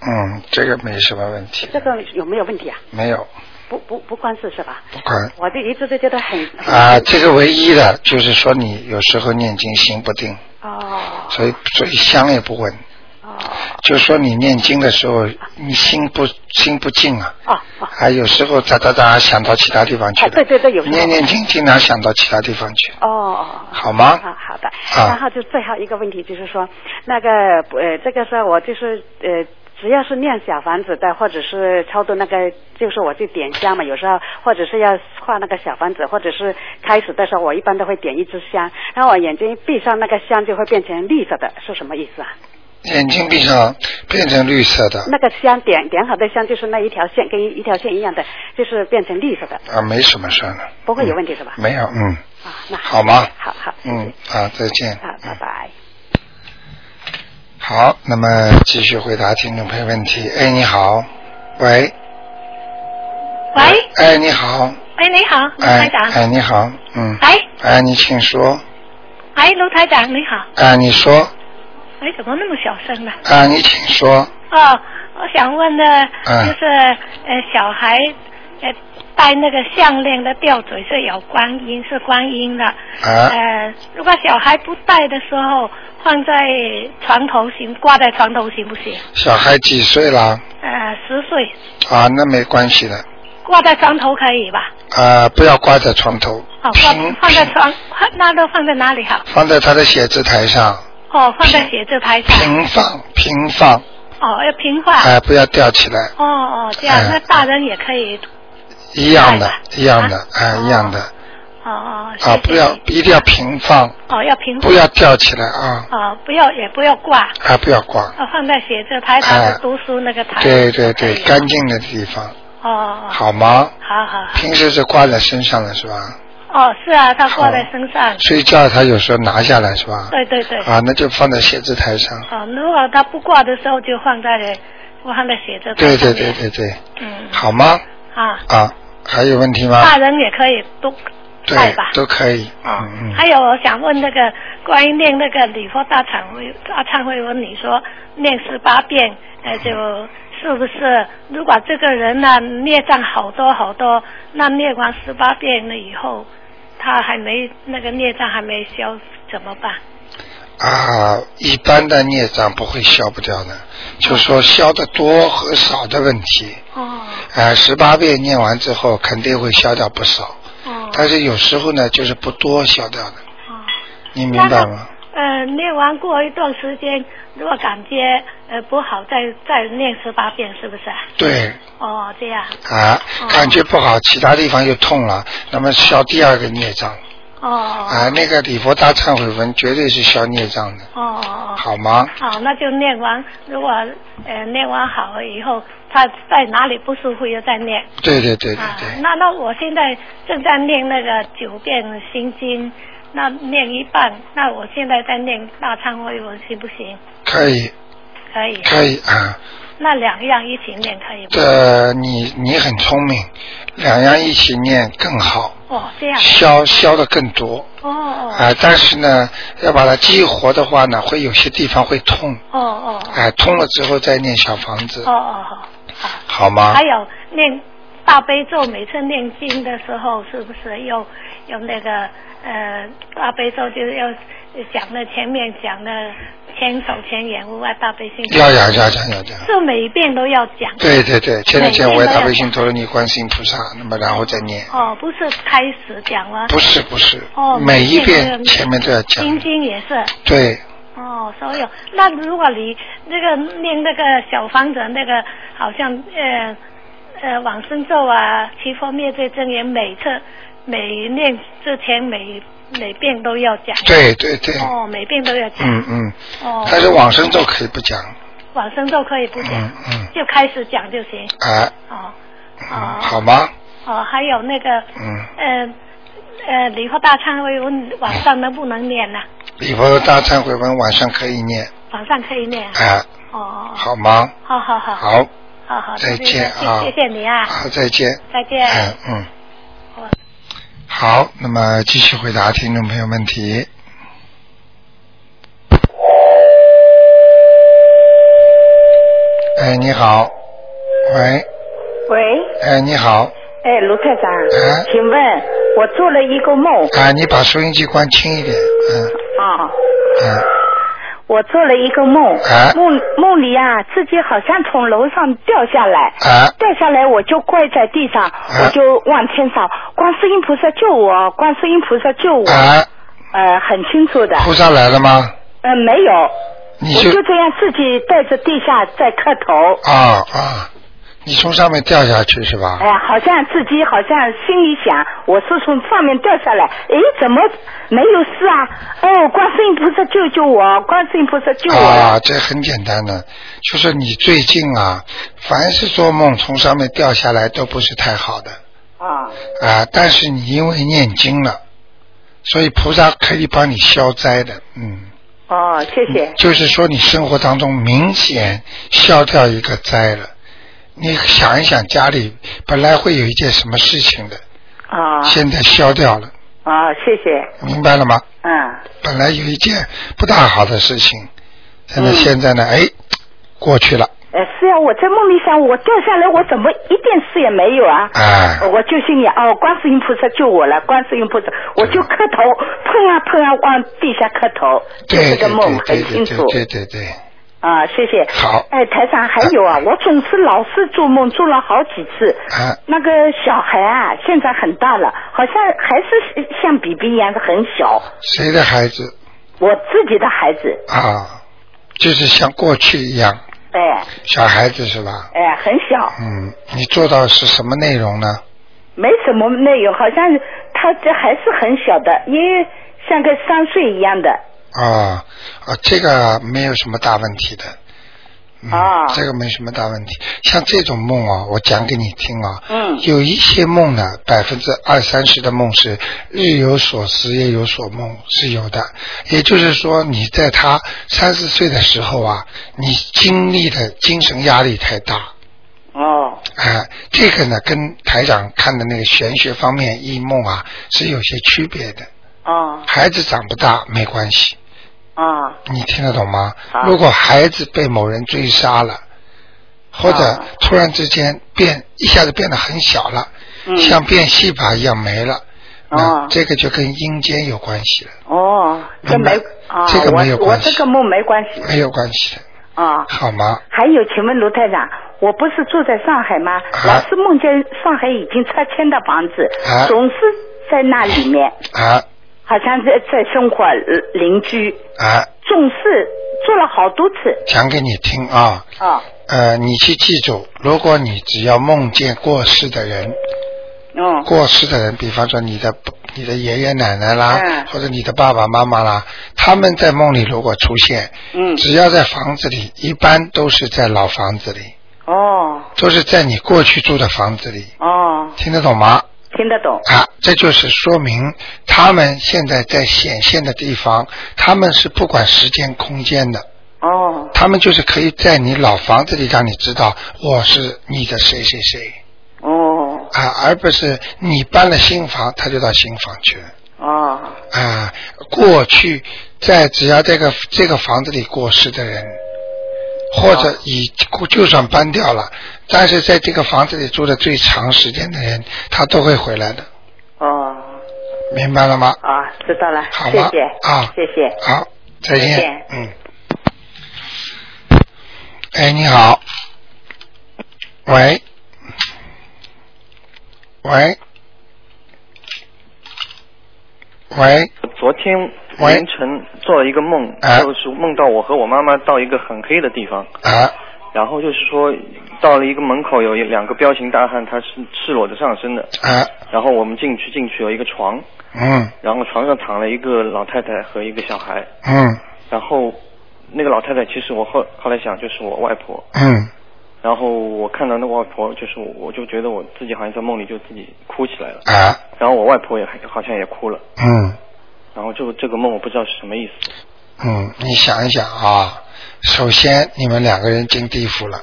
Speaker 2: 嗯，这个没什么问题，
Speaker 7: 这个有没有问题啊？
Speaker 2: 没有
Speaker 7: 不不不关事是吧？
Speaker 2: 不管
Speaker 7: 我就一直都觉得很
Speaker 2: 啊，这个唯一的就是说你有时候念经行不定，
Speaker 7: 哦
Speaker 2: 所以所以香也不稳。就说你念经的时候，你心不心不静啊，
Speaker 7: 哦哦
Speaker 2: 还有时候咋咋咋想到其他地方去
Speaker 7: 哎
Speaker 2: 了。
Speaker 7: 对对对有时候
Speaker 2: 念念经经常想到其他地方去，
Speaker 7: 哦哦。
Speaker 2: 好吗？
Speaker 7: 啊，好的。
Speaker 2: 啊
Speaker 7: 然后就最后一个问题就是说，那个呃，这个时候我就是呃。只要是念小房子的，或者是超度那个，就是我去点香嘛。有时候或者是要画那个小房子，或者是开始的时候，我一般都会点一支香，然后我眼睛一闭上，那个香就会变成绿色的，是什么意思啊？
Speaker 2: 眼睛闭上变成绿色的
Speaker 7: 那个香点点好的香就是那一条线跟一条线一样的，就是变成绿色的，
Speaker 2: 啊，没什么事儿了，
Speaker 7: 不会有问题是吧？啊
Speaker 2: 没有，嗯，
Speaker 7: 那
Speaker 2: 好吗？
Speaker 7: 好好，
Speaker 2: 嗯，啊，再见。
Speaker 7: 好，拜拜。
Speaker 2: 好，那么继续回答听众朋友问题。哎，你好，喂，
Speaker 9: 喂，
Speaker 2: 哎，你好，
Speaker 7: 嗯
Speaker 9: 喂，你好，卢
Speaker 2: 哎
Speaker 9: 台，长。
Speaker 2: 哎，你好，嗯，
Speaker 9: 哎，
Speaker 2: 哎，你请说，
Speaker 9: 哎，卢台长你好。
Speaker 2: 哎，你说，
Speaker 9: 哎，怎么那么小声呢？
Speaker 2: 啊，你请说，
Speaker 9: 哦，我想问的，
Speaker 2: 嗯
Speaker 9: 就是、呃，小孩呃戴那个项链的吊坠是有观音，是观音的。
Speaker 2: 啊
Speaker 9: 呃，如果小孩不戴的时候，放在床头行，挂在床头行不行？
Speaker 2: 小孩几岁了？
Speaker 9: 呃，十岁
Speaker 2: 啊，那没关系的，
Speaker 9: 挂在床头可以吧？
Speaker 2: 啊，不要挂在床头，
Speaker 9: 哦，放放在床，那都放在哪里好？
Speaker 2: 放在他的写字台上，
Speaker 9: 哦，放在写字台上。
Speaker 2: 平放，平放，
Speaker 9: 哦，要平放。
Speaker 2: 哎，不要吊起来，
Speaker 9: 哦哦，这样、
Speaker 2: 哎
Speaker 9: 那大人也可以。
Speaker 2: 一样的，一样的，哎，一样的，
Speaker 9: 啊哦哦。谢
Speaker 2: 啊，
Speaker 9: 谢
Speaker 2: 不要，一定要平放，
Speaker 9: 哦，要平。
Speaker 2: 不要。吊起来啊，
Speaker 9: 哦，不要，也不要挂，
Speaker 2: 啊，不要挂，
Speaker 9: 哦，放在写字台上
Speaker 2: 哎
Speaker 9: 的读书那个台。
Speaker 2: 对对对，干净的地方，
Speaker 9: 哦啊哎哦。哦。
Speaker 2: 好吗？
Speaker 9: 好好好。
Speaker 2: 平时是挂在身上的是吧？
Speaker 9: 哦，是啊，他挂在身上。
Speaker 2: 睡觉他有时候拿下来是吧？
Speaker 9: 对对对。
Speaker 2: 啊，那就放在写字台上。
Speaker 9: 哦，如果他不挂的时候，就放在放在写字台
Speaker 2: 对
Speaker 9: 上
Speaker 2: 对
Speaker 9: 面。
Speaker 2: 对对对，
Speaker 9: 嗯。
Speaker 2: 好吗？
Speaker 9: 啊，
Speaker 2: 啊，还有问题吗？
Speaker 9: 大人也可以都带
Speaker 2: 对
Speaker 9: 吧，。啊
Speaker 2: 都可以。嗯嗯。
Speaker 9: 还有，我想问那个关于念那个礼佛大忏悔大忏悔文，你说念十八遍，呃，就是不是如果这个人呢孽障好多好多，那念完十八遍了以后，他还没那个孽障还没消怎么办？
Speaker 2: 啊，一般的孽障不会消不掉的，就说消的多和少的问题。
Speaker 9: 哦。
Speaker 2: 啊，十八遍念完之后，肯定会消掉不少。
Speaker 9: 哦。
Speaker 2: 但是有时候呢，就是不多消掉的。
Speaker 9: 哦。
Speaker 2: 你明白
Speaker 9: 那
Speaker 2: 吗？
Speaker 9: 呃，念完过一段时间，如果感觉呃不好，再再念十八遍，是不是啊？
Speaker 2: 对，
Speaker 9: 哦，这样，
Speaker 2: 啊，
Speaker 9: 哦
Speaker 2: 感觉不好，其他地方又痛了，那么消第二个孽障
Speaker 9: 哦
Speaker 2: 啊，那个礼佛大忏悔文绝对是消孽障的，
Speaker 9: 哦哦，
Speaker 2: 好吗？
Speaker 9: 好，那就念完，如果呃念完好了以后，他在哪里不舒服又再念。
Speaker 2: 对对对对
Speaker 9: 啊
Speaker 2: 对，，
Speaker 9: 那那我现在正在念那个九遍心经，那念一半，那我现在在念大忏悔文行不行？
Speaker 2: 可以
Speaker 9: 可以。
Speaker 2: 可。以啊，
Speaker 9: 那两样一起念可以吗？
Speaker 2: 这你你很聪明，两样一起念更好，
Speaker 9: 哦，这样。
Speaker 2: 消消的更多
Speaker 9: 哦哦
Speaker 2: 啊，但是呢，要把它激活的话呢，会有些地方会痛，
Speaker 9: 哦哦
Speaker 2: 哎、痛了之后再念小房子
Speaker 9: 哦，哦好。
Speaker 2: 好吗
Speaker 9: 还？有念大悲咒，每次念经的时候，是不是要要那个呃大悲咒，就是要讲的前面讲的千手千眼无碍大悲心。
Speaker 2: 要要要要要要。
Speaker 9: 是每一遍都要讲。啊
Speaker 2: 对对对，前两天我也大微
Speaker 9: 每
Speaker 2: 信
Speaker 9: 遍
Speaker 2: 陀罗尼观世音菩萨，那么然后再念，
Speaker 9: 都要讲。哦，不是开始讲了。
Speaker 2: 不是不是，
Speaker 9: 哦，
Speaker 2: 每一
Speaker 9: 都要
Speaker 2: 遍前面都要讲，
Speaker 9: 心经也是。
Speaker 2: 对，
Speaker 9: 哦，所有。那如果你那个念那个小方子那个，好像呃呃往生咒啊、七佛灭罪真言，每次每念之前每每遍都要讲。
Speaker 2: 对对对
Speaker 9: 哦，每遍都要讲。
Speaker 2: 嗯嗯，
Speaker 9: 哦。
Speaker 2: 但是往生咒可以不讲，
Speaker 9: 往生咒可以不讲，
Speaker 2: 嗯嗯，
Speaker 9: 就开始讲就行。
Speaker 2: 啊，
Speaker 9: 哦
Speaker 10: 啊
Speaker 2: 嗯好吗？
Speaker 9: 哦，还有那个
Speaker 2: 嗯，
Speaker 9: 呃呃礼佛大忏悔文晚上能不能念呢、
Speaker 2: 礼佛大忏悔文晚上可以念，
Speaker 9: 晚上可以念。
Speaker 2: 啊，
Speaker 9: 哦，
Speaker 2: 好吗？
Speaker 9: 好好好。
Speaker 2: 好，
Speaker 9: 好好，
Speaker 2: 再
Speaker 9: 那就
Speaker 2: 见
Speaker 9: 谢
Speaker 2: 啊
Speaker 9: 谢谢你啊，
Speaker 2: 好，再见，
Speaker 9: 再见。
Speaker 2: 嗯嗯
Speaker 9: 好。
Speaker 2: 好，那么继续回答听众朋友问题。哎，你好，喂，
Speaker 8: 喂，
Speaker 2: 哎，你好，
Speaker 8: 哎，卢台长，
Speaker 2: 哎
Speaker 8: 请问我做了一个梦
Speaker 2: 啊，你把收音机关轻一点，嗯
Speaker 8: 啊，
Speaker 2: 嗯，
Speaker 8: 我做了一个梦，
Speaker 2: 哎
Speaker 8: 梦梦里啊，自己好像从楼上掉下来，
Speaker 2: 啊
Speaker 8: 掉下来我就跪在地上，
Speaker 2: 哎
Speaker 8: 我就往天上，观世音菩萨救我，观世音菩萨救我，
Speaker 2: 啊，
Speaker 8: 呃，很清楚的，
Speaker 2: 菩萨来了吗？
Speaker 8: 呃，没有，
Speaker 2: 你
Speaker 8: 我
Speaker 2: 就
Speaker 8: 就这样自己带着地下在磕头，
Speaker 2: 啊啊，你从上面掉下去是吧？
Speaker 8: 哎，好像自己好像心里想，我是从上面掉下来，哎，怎么没有事啊？哦，观世音菩萨救救我，观世音菩萨救我！
Speaker 2: 啊，这很简单的，就是你最近啊，凡是做梦从上面掉下来都不是太好的。
Speaker 8: 啊。
Speaker 2: 啊，但是你因为念经了，所以菩萨可以帮你消灾的，嗯。
Speaker 8: 哦，谢谢。
Speaker 2: 就是说你生活当中明显消掉一个灾了。你想一想，家里本来会有一件什么事情的，
Speaker 8: 啊
Speaker 2: 现在消掉了，
Speaker 8: 啊，谢谢。
Speaker 2: 明白了吗？
Speaker 8: 嗯
Speaker 2: 本来有一件不大好的事情，现在、
Speaker 8: 嗯
Speaker 2: 现在呢，哎，过去了，
Speaker 8: 呃，是啊，我在梦里想，我掉下来，我怎么一点事也没有啊？
Speaker 2: 哎。
Speaker 8: 我就心里哦，观世音菩萨救我了，观世音菩萨，我就磕头，碰啊碰啊，往地下磕头，就
Speaker 2: 对
Speaker 8: 这
Speaker 2: 对
Speaker 8: 个梦很
Speaker 2: 对对对
Speaker 8: 清楚。
Speaker 2: 对对对，
Speaker 8: 啊，谢谢。
Speaker 2: 好
Speaker 8: 哎，台长，还有啊，我总是老是做梦，做了好几次。
Speaker 2: 啊
Speaker 8: 那个小孩啊，现在很大了，好像还是像 BB 一样的很小。
Speaker 2: 谁的孩子
Speaker 8: 我自己的孩子，
Speaker 2: 啊？就是像过去一样，
Speaker 8: 哎
Speaker 2: 小孩子是吧？
Speaker 8: 哎，很小，
Speaker 2: 嗯，你做到是什么内容呢？
Speaker 8: 没什么内容，好像他这还是很小的，因为像个三岁一样的。
Speaker 2: 啊啊，这个没有什么大问题的。嗯、
Speaker 8: 啊
Speaker 2: 这个没什么大问题。像这种梦啊，我讲给你听啊。
Speaker 8: 嗯
Speaker 2: 有一些梦呢，百分之二三十的梦是日有所思，夜有所梦，是有的。也就是说，你在他三四岁的时候啊，你经历的精神压力太大。
Speaker 8: 哦
Speaker 2: 啊，这个呢，跟台长看的那个玄学方面异梦啊，是有些区别的。
Speaker 5: 啊
Speaker 8: 哦
Speaker 2: 孩子长不大没关系，
Speaker 8: 哦
Speaker 2: 你听得懂吗
Speaker 8: 好？
Speaker 2: 如果孩子被某人追杀了，或者
Speaker 8: 啊
Speaker 2: 突然之间变一下子变得很小了，
Speaker 8: 嗯
Speaker 2: 像变戏法一样没了，那
Speaker 8: 哦
Speaker 2: 这个就跟阴间有关系了，
Speaker 8: 哦，这没
Speaker 2: 明白
Speaker 8: 啊，
Speaker 2: 这个没有
Speaker 8: 我我
Speaker 2: 关系
Speaker 8: 这个梦没关系
Speaker 2: 没有关系的，
Speaker 8: 啊。
Speaker 2: 好吗？
Speaker 8: 还有，请问卢台长，我不是住在上海吗？老是梦见上海已经拆迁的房子，
Speaker 2: 啊啊
Speaker 8: 总是在那里面。
Speaker 2: 啊，
Speaker 8: 好像在在生活呃邻居，
Speaker 2: 啊，
Speaker 8: 总是做了好多次。
Speaker 2: 讲给你听啊，
Speaker 8: 啊，
Speaker 2: 呃，你去记住，如果你只要梦见过世的人，
Speaker 8: 嗯，
Speaker 2: 过世的人，比方说你的你的爷爷奶奶啦，
Speaker 8: 嗯
Speaker 2: 或者你的爸爸妈妈啦，他们在梦里如果出现，
Speaker 8: 嗯，
Speaker 2: 只要在房子里，一般都是在老房子里，
Speaker 8: 哦
Speaker 2: 都是在你过去住的房子里，
Speaker 8: 哦，
Speaker 2: 听得懂吗？
Speaker 8: 听得懂，
Speaker 2: 啊，这就是说明他们现在在显现的地方，他们是不管时间空间的，
Speaker 8: 哦
Speaker 2: 他们就是可以在你老房子里让你知道我是你的谁谁谁
Speaker 8: 哦
Speaker 2: 啊，而不是你搬了新房，他就到新房去了
Speaker 8: 哦
Speaker 2: 啊。过去在只要这个这个房子里过世的人，或
Speaker 8: 啊
Speaker 2: 者已就算搬掉了，但是在这个房子里住的最长时间的人，他都会回来的，
Speaker 8: 哦
Speaker 2: 明白了吗？
Speaker 8: 啊，知道了，
Speaker 2: 好
Speaker 8: 谢
Speaker 2: 吧
Speaker 8: 谢
Speaker 2: 啊
Speaker 8: 谢谢。
Speaker 2: 好，再见。
Speaker 8: 再见
Speaker 2: 嗯。哎，你好。喂。喂。喂。
Speaker 10: 昨天
Speaker 2: 喂
Speaker 10: 凌晨做了一个梦，
Speaker 2: 啊
Speaker 10: 就是梦到我和我妈妈到一个很黑的地方，
Speaker 2: 啊
Speaker 10: 然后就是说到了一个门口，有一两个彪形大汉，他是赤裸着上身的，
Speaker 2: 啊
Speaker 10: 然后我们进去，进去有一个床，
Speaker 2: 嗯
Speaker 10: 然后床上躺了一个老太太和一个小孩，
Speaker 2: 嗯
Speaker 10: 然后那个老太太其实我后后来想就是我外婆，
Speaker 2: 嗯
Speaker 10: 然后我看到那个外婆，就是我我就觉得我自己好像在梦里就自己哭起来了，
Speaker 2: 啊
Speaker 10: 然后我外婆也好像也哭了，
Speaker 2: 嗯
Speaker 10: 然后这个这个梦我不知道是什么意思，
Speaker 2: 嗯，你想一想啊，首先你们两个人进地府了，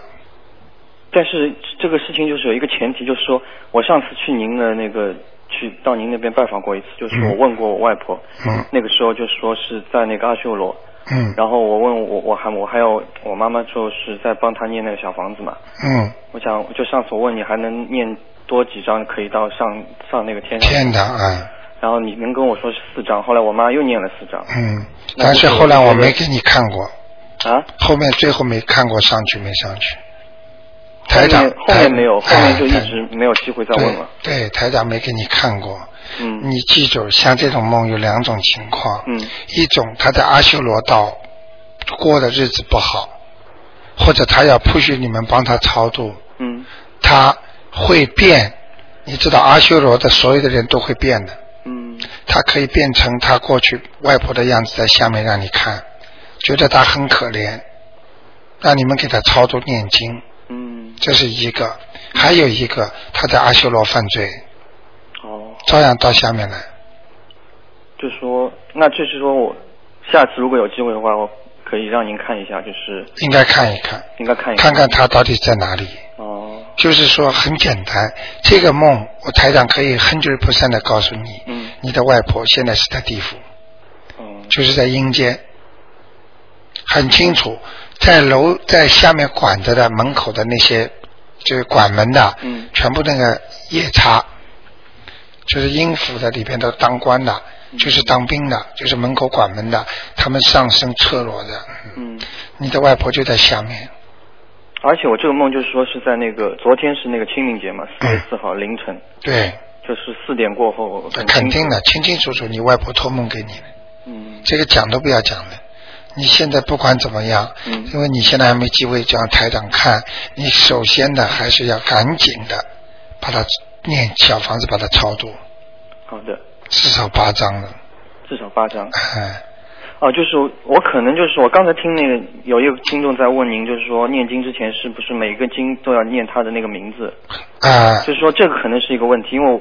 Speaker 10: 但是这个事情就是有一个前提，就是说我上次去您的那个去到您那边拜访过一次，就是我问过我外婆，
Speaker 2: 嗯
Speaker 10: 那个时候就说是在那个阿修罗，
Speaker 2: 嗯
Speaker 10: 然后我问我我还我还有我妈妈就是在帮她念那个小房子嘛，
Speaker 2: 嗯，
Speaker 10: 我想就上次我问你还能念多几张可以到上上那个天上，
Speaker 2: 天堂啊，
Speaker 10: 然后你能跟我说是四张，后来我妈又念了四张
Speaker 2: 嗯，
Speaker 10: 那
Speaker 2: 但是
Speaker 10: 就是
Speaker 2: 后来我
Speaker 10: 我觉得
Speaker 2: 没给你看过，
Speaker 10: 啊，
Speaker 2: 后面最后没看过上去没上去，台长
Speaker 10: 后面后面没有，后
Speaker 2: 台
Speaker 10: 面就一
Speaker 2: 哎
Speaker 10: 直没有机会再问了，
Speaker 2: 对。对，台长没给你看过。
Speaker 10: 嗯
Speaker 2: 你记住，像这种梦有两种情况，
Speaker 10: 嗯
Speaker 2: 一种他在阿修罗道过的日子不好，或者他要迫许你们帮他超度，
Speaker 10: 嗯
Speaker 2: 他会变。你知道阿修罗的所有的人都会变的，
Speaker 10: 嗯
Speaker 2: 他可以变成他过去外婆的样子，在下面让你看，觉得他很可怜，让你们给他超度念经，
Speaker 10: 嗯，
Speaker 2: 这是一个；还有一个，他在阿修罗犯罪，
Speaker 10: 哦。
Speaker 2: 照样到下面来。
Speaker 10: 就说，那就是说我下次如果有机会的话，我可以让您看一下，就是
Speaker 2: 应该看一看，
Speaker 10: 应该看一
Speaker 2: 看看他到底在哪里。
Speaker 10: 哦，
Speaker 2: 就是说很简单，这个梦我台长可以 hundred percent 的告诉你，
Speaker 10: 嗯
Speaker 2: 你的外婆现在是在地府，
Speaker 10: 嗯
Speaker 2: 就是在阴间，很清楚，在楼在下面管着的门口的那些就是管门的，
Speaker 10: 嗯
Speaker 2: 全部那个夜叉，就是阴府的里边都当官的，
Speaker 10: 嗯
Speaker 2: 就是当兵的，就是门口管门的，他们上身赤裸着，
Speaker 10: 嗯，
Speaker 2: 你的外婆就在下面。
Speaker 10: 而且我这个梦就是说是在那个昨天是那个清明节
Speaker 2: 嗯
Speaker 10: 嘛，四月四号凌晨，
Speaker 2: 对，
Speaker 10: 就是四点过后，很
Speaker 2: 肯
Speaker 10: 清
Speaker 2: 定
Speaker 10: 楚
Speaker 2: 的，，清清楚楚，你外婆托梦给你的，
Speaker 10: 嗯
Speaker 2: 这个讲都不要讲了。你现在不管怎么样，
Speaker 10: 嗯
Speaker 2: 因为你现在还没机会叫台长看，你首先的还是要赶紧的把它念小房子把它超度，
Speaker 10: 好的，
Speaker 2: 至少八张了。
Speaker 10: 至少八张。
Speaker 2: 哎，
Speaker 10: 哦，就是我可能就是我刚才听那个有一个听众在问您，就是说念经之前是不是每个经都要念他的那个名字？
Speaker 2: 啊、
Speaker 10: 就是说这个可能是一个问题，因为我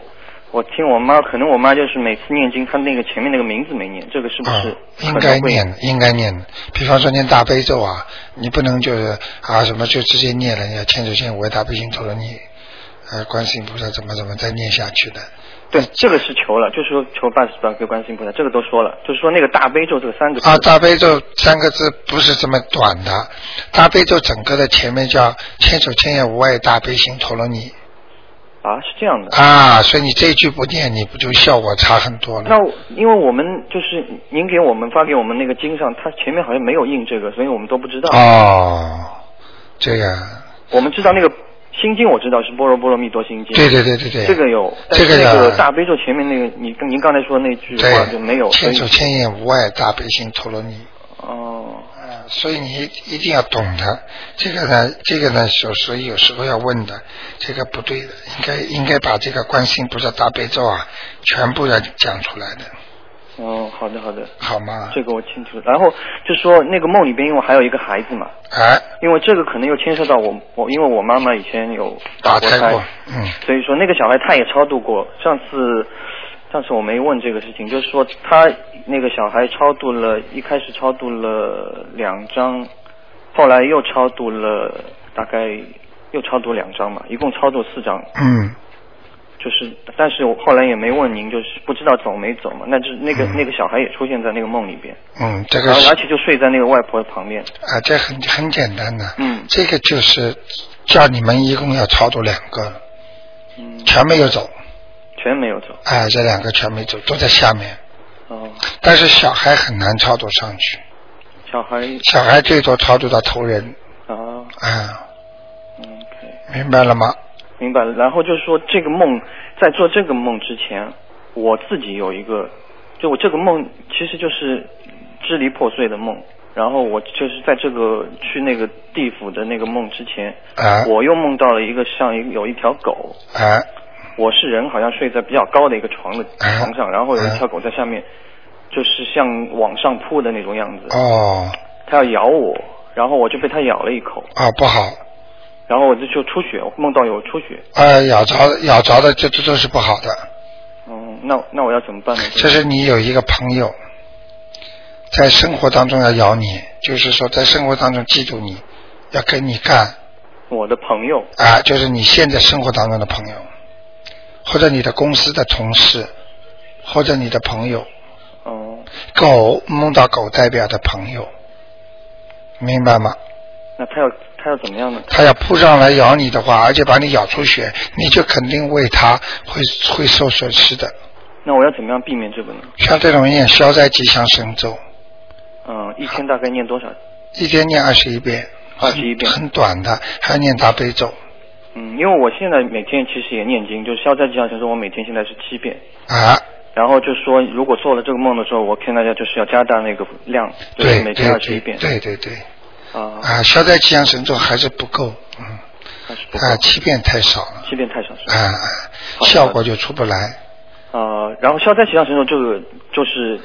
Speaker 10: 我听我妈，可能我妈就是每次念经，她那个前面那个名字没念，这个是不是
Speaker 2: 嗯，应
Speaker 10: 可
Speaker 2: 该
Speaker 10: 能会
Speaker 2: 念，的，应该念的。比方说念大悲咒啊，你不能就是啊什么就直接念了，你要千手千眼为大悲心陀罗尼，呃，观世音菩萨怎么怎么再念下去的。
Speaker 10: 对，这个是求了，就是说求办事不要给观世音菩萨，这个都说了，就是说那个大悲咒这个三个字
Speaker 2: 啊，大悲咒三个字不是这么短的，大悲咒整个的前面叫千手千眼无碍大悲心陀罗尼
Speaker 10: 啊是这样的。
Speaker 2: 啊，所以你这一句不念，你不就效果差很多了
Speaker 10: 那？我因为我们就是您给我们发给我们那个经上，它前面好像
Speaker 2: 哦
Speaker 10: 没有印这个，所以我们都不知道。
Speaker 2: 哦，这样
Speaker 10: 我们知道那个心经我知道是般若波罗蜜多心经，
Speaker 2: 对对对对对
Speaker 10: 这个有，但
Speaker 2: 这个
Speaker 10: 是那
Speaker 2: 有
Speaker 10: 个大悲咒前面那个，你您刚才说的那句话
Speaker 2: 对，
Speaker 10: 就没有，所
Speaker 2: 千
Speaker 10: 以
Speaker 2: 手千眼无碍大悲心陀罗尼。啊
Speaker 10: 哦、
Speaker 2: 所以你一定要懂它。这个呢，这个呢，有时候有时候要问的，这个不对的，应该应该把这个观世音菩萨大悲咒啊，全部要讲出来的，
Speaker 10: 哦，好的好的，
Speaker 2: 好吗？
Speaker 10: 这个我清楚了。然后就说那个梦里边，因为我还有一个孩子嘛，
Speaker 2: 哎，
Speaker 10: 因为这个可能又牵涉到我我，因为我妈妈以前有
Speaker 2: 打
Speaker 10: 过
Speaker 2: 胎过，嗯，
Speaker 10: 所以说那个小孩他也超度过。上次上次我没问这个事情，就是说他那个小孩超度了，一开始超度了两张，后来又超度了大概又超度两张嘛，一共超度四张。
Speaker 2: 嗯，
Speaker 10: 就是，但是我后来也没问您，就是不知道走没走嘛。那就是那个、那个小孩也出现在那个梦里边，
Speaker 2: 嗯，这个
Speaker 10: 然后
Speaker 2: 是
Speaker 10: 而且就睡在那个外婆旁边。
Speaker 2: 啊，这很很简单的，
Speaker 10: 嗯，
Speaker 2: 这个就是叫你们一共要超度两个，
Speaker 10: 嗯，
Speaker 2: 全没有走，
Speaker 10: 全没有走。
Speaker 2: 哎，这两个全没走，都在下面，
Speaker 10: 哦，
Speaker 2: 但是小孩很难超度上去，
Speaker 10: 小孩
Speaker 2: 小孩最多超度到头人，
Speaker 10: 啊，
Speaker 2: 啊，
Speaker 10: 嗯，OK，
Speaker 2: 明白了吗？
Speaker 10: 明白了。然后就是说，这个梦在做这个梦之前，我自己有一个，就我这个梦其实就是支离破碎的梦。然后我就是在这个去那个地府的那个梦之前，
Speaker 11: 嗯
Speaker 2: 啊
Speaker 10: 我又梦到了一个像一个有一条狗，
Speaker 2: 啊
Speaker 10: 我是人，好像睡在比较高的一个床的床上，然后
Speaker 2: 啊
Speaker 10: 有一条狗在下面，就是像往上扑的那种样子，
Speaker 2: 哦
Speaker 10: 它要咬我，然后我就被它咬了一口，
Speaker 2: 啊，不好，
Speaker 10: 然后我就就出血，我梦到有出血，
Speaker 2: 啊，咬着咬着的，这这都是不好的。
Speaker 10: 嗯，那那我要怎么办呢？
Speaker 2: 这是你有一个朋友，在生活当中要咬你，就是说在生活当中记住你，要跟你干
Speaker 10: 我的朋友，
Speaker 2: 啊，就是你现在生活当中的朋友，或者你的公司的同事，或者你的朋友。
Speaker 10: 哦，
Speaker 2: 狗梦到狗代表的朋友，明白吗？
Speaker 10: 那他要他要怎么样呢？
Speaker 2: 它要扑上来咬你的话，而且把你咬出血，你就肯定为它会会受损失的。
Speaker 10: 那我要怎么样避免这个呢？
Speaker 2: 像这种念消灾吉祥神咒，
Speaker 10: 嗯，一天大概念多少？
Speaker 2: 一天念二十一遍，
Speaker 10: 二十一遍。
Speaker 2: 很短的，还要念大悲咒
Speaker 10: 嗯，因为我现在每天其实也念经，就是消灾吉祥神咒，我每天现在是七遍。
Speaker 2: 啊。
Speaker 10: 然后就说，如果做了这个梦的时候，我劝大家就是要加大那个量，就是
Speaker 2: 对
Speaker 10: 每
Speaker 2: 对
Speaker 10: 天二十
Speaker 2: 对
Speaker 10: 一遍。
Speaker 2: 对对对，
Speaker 10: 啊，
Speaker 2: 啊，消灾吉祥神咒还是不够，嗯，
Speaker 10: 还是不够
Speaker 2: 啊，七遍太少了，
Speaker 10: 七遍太少是吧？
Speaker 2: 啊，啊效果就出不来。
Speaker 10: 呃，然后消灾吉祥神咒这个就是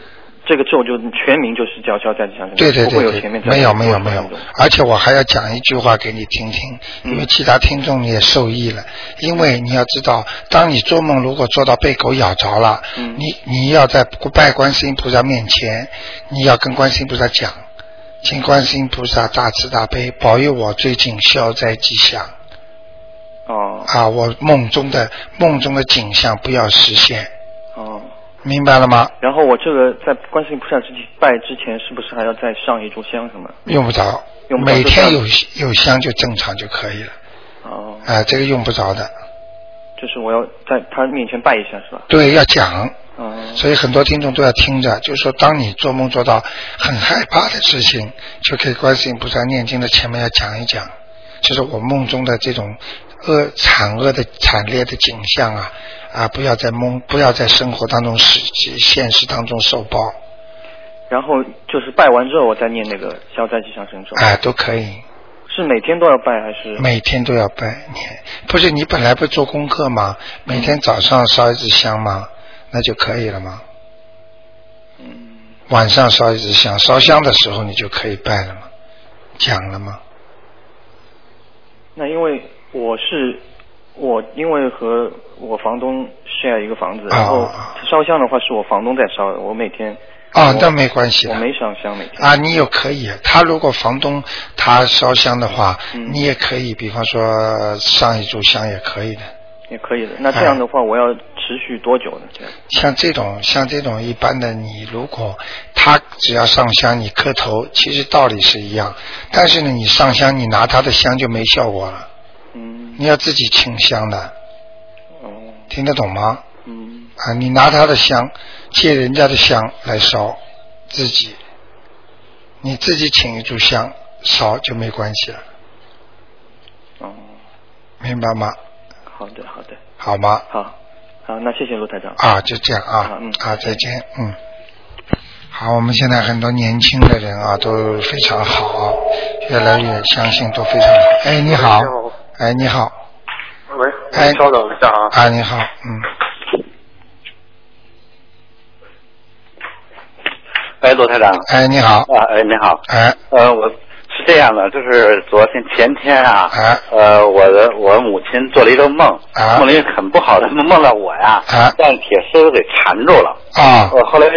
Speaker 10: 这个咒就全名就是叫消灾吉祥神咒，
Speaker 2: 对对
Speaker 10: 嗯不会有
Speaker 2: 对
Speaker 10: 前
Speaker 2: 对
Speaker 10: 面，加
Speaker 2: 没有没有
Speaker 10: 不会
Speaker 2: 没有
Speaker 10: 那种，
Speaker 2: 而且我还要讲一句话给你听听，
Speaker 10: 嗯
Speaker 2: 因为其他听众也受益了。因为你要知道，当你做梦如果做到被狗咬着了，
Speaker 10: 嗯
Speaker 2: 你你要在拜观世音菩萨面前，你要跟观世音菩萨讲，请观世音菩萨大慈大悲保佑我最近消灾吉祥。
Speaker 10: 哦
Speaker 2: 啊，我梦中的梦中的景象不要实现，
Speaker 10: 哦。
Speaker 2: 明白了吗？
Speaker 10: 然后我这个在观世音菩萨之前拜之前，是不是还要再上一炷香什么？
Speaker 2: 用不着，
Speaker 10: 用不着
Speaker 2: 每
Speaker 10: 就
Speaker 2: 天
Speaker 10: 上
Speaker 2: 有有香就正常就可以了。
Speaker 10: 哦，
Speaker 2: 啊，这个用不着的。
Speaker 10: 就是我要在他面前拜一下是吧？
Speaker 2: 对，要讲。
Speaker 10: 嗯，
Speaker 2: 所以很多听众都要听着，就是说，当你做梦做到很害怕的事情，就给观世音菩萨念经的前面要讲一讲，就是我梦中的这种恶惨恶的惨烈的景象啊啊，不要在梦，不要在生活当中实际现实当中受报
Speaker 10: 然后就是拜完之后，我再念那个消灾吉祥神咒。
Speaker 2: 啊，都可以，
Speaker 10: 是每天都要拜还是？
Speaker 2: 每天都要拜念。不是你本来不做功课吗？每天早上烧一支香吗？那就可以了吗？晚上烧一支香，烧香的时候你就可以拜了吗？讲了吗？
Speaker 10: 那因为我是我，因为和我房东 share 一个房子，然后烧香的话是我房东在烧，我每天
Speaker 2: 啊
Speaker 10: 我
Speaker 2: 那没关系的
Speaker 10: 我没上香每天
Speaker 2: 啊，你有可以，他如果房东他烧香的话，
Speaker 10: 嗯
Speaker 2: 你也可以，比方说上一炷香也可以的。
Speaker 10: 也可以的。那这样的话，
Speaker 2: 哎
Speaker 10: 我要持续多久呢？这样
Speaker 2: 像这种像这种一般的，你如果他只要上香，你磕头，其实道理是一样。但是呢，你上香，你拿他的香就没效果了。
Speaker 10: 嗯。
Speaker 2: 你要自己清香的。
Speaker 10: 哦。
Speaker 2: 听得懂吗？
Speaker 10: 嗯。
Speaker 2: 啊，你拿他的香，借人家的香来烧自己，你自己请一炷香烧就没关系了。
Speaker 10: 哦。
Speaker 2: 明白吗？
Speaker 10: 好的，好的，
Speaker 2: 好吗？
Speaker 10: 好，好，那谢谢卢台长。
Speaker 2: 啊，就这样啊，
Speaker 11: 嗯
Speaker 2: 啊，再见，嗯。好，我们现在很多年轻的人啊，都非常好啊，越来越相信都非常好。哎，你好，哎，你好，
Speaker 11: 喂，您稍等一下啊。
Speaker 2: 啊，你好，嗯，
Speaker 11: 哎，罗台长。
Speaker 2: 哎，你好。
Speaker 11: 啊，哎，你好。
Speaker 2: 哎。
Speaker 11: 呃，我是这样的，就是昨天前天啊，
Speaker 2: 哎，
Speaker 11: 呃，我的我母亲做了一个梦，
Speaker 2: 啊
Speaker 11: 梦了一个很不好的梦，梦到我呀，
Speaker 2: 啊
Speaker 11: 让铁丝给缠住了。
Speaker 2: 啊
Speaker 11: 我后来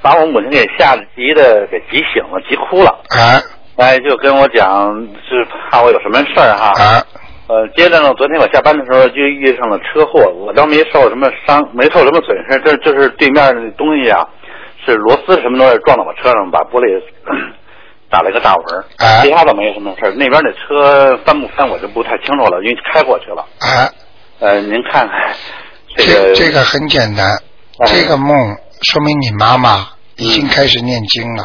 Speaker 11: 把我母亲给吓得急的给急醒了，急哭了。
Speaker 2: 哎
Speaker 11: 哎，就跟我讲，是怕我有什么事儿哈。
Speaker 2: 啊。
Speaker 11: 呃，接着呢，昨天我下班的时候就遇上了车祸，我倒没受什么伤，没受什么损失，这就是对面的东西啊，是螺丝什么东西撞到我车上，把玻璃 打了一个大纹儿。
Speaker 2: 哎
Speaker 11: 其他倒没什么事儿，那边的车翻不翻我就不太清楚了，因为开过去了。
Speaker 2: 哎，
Speaker 11: 呃，您看看这
Speaker 2: 这
Speaker 11: 个啊
Speaker 2: 这个很简单，这个梦说明你妈妈已经开始念经了。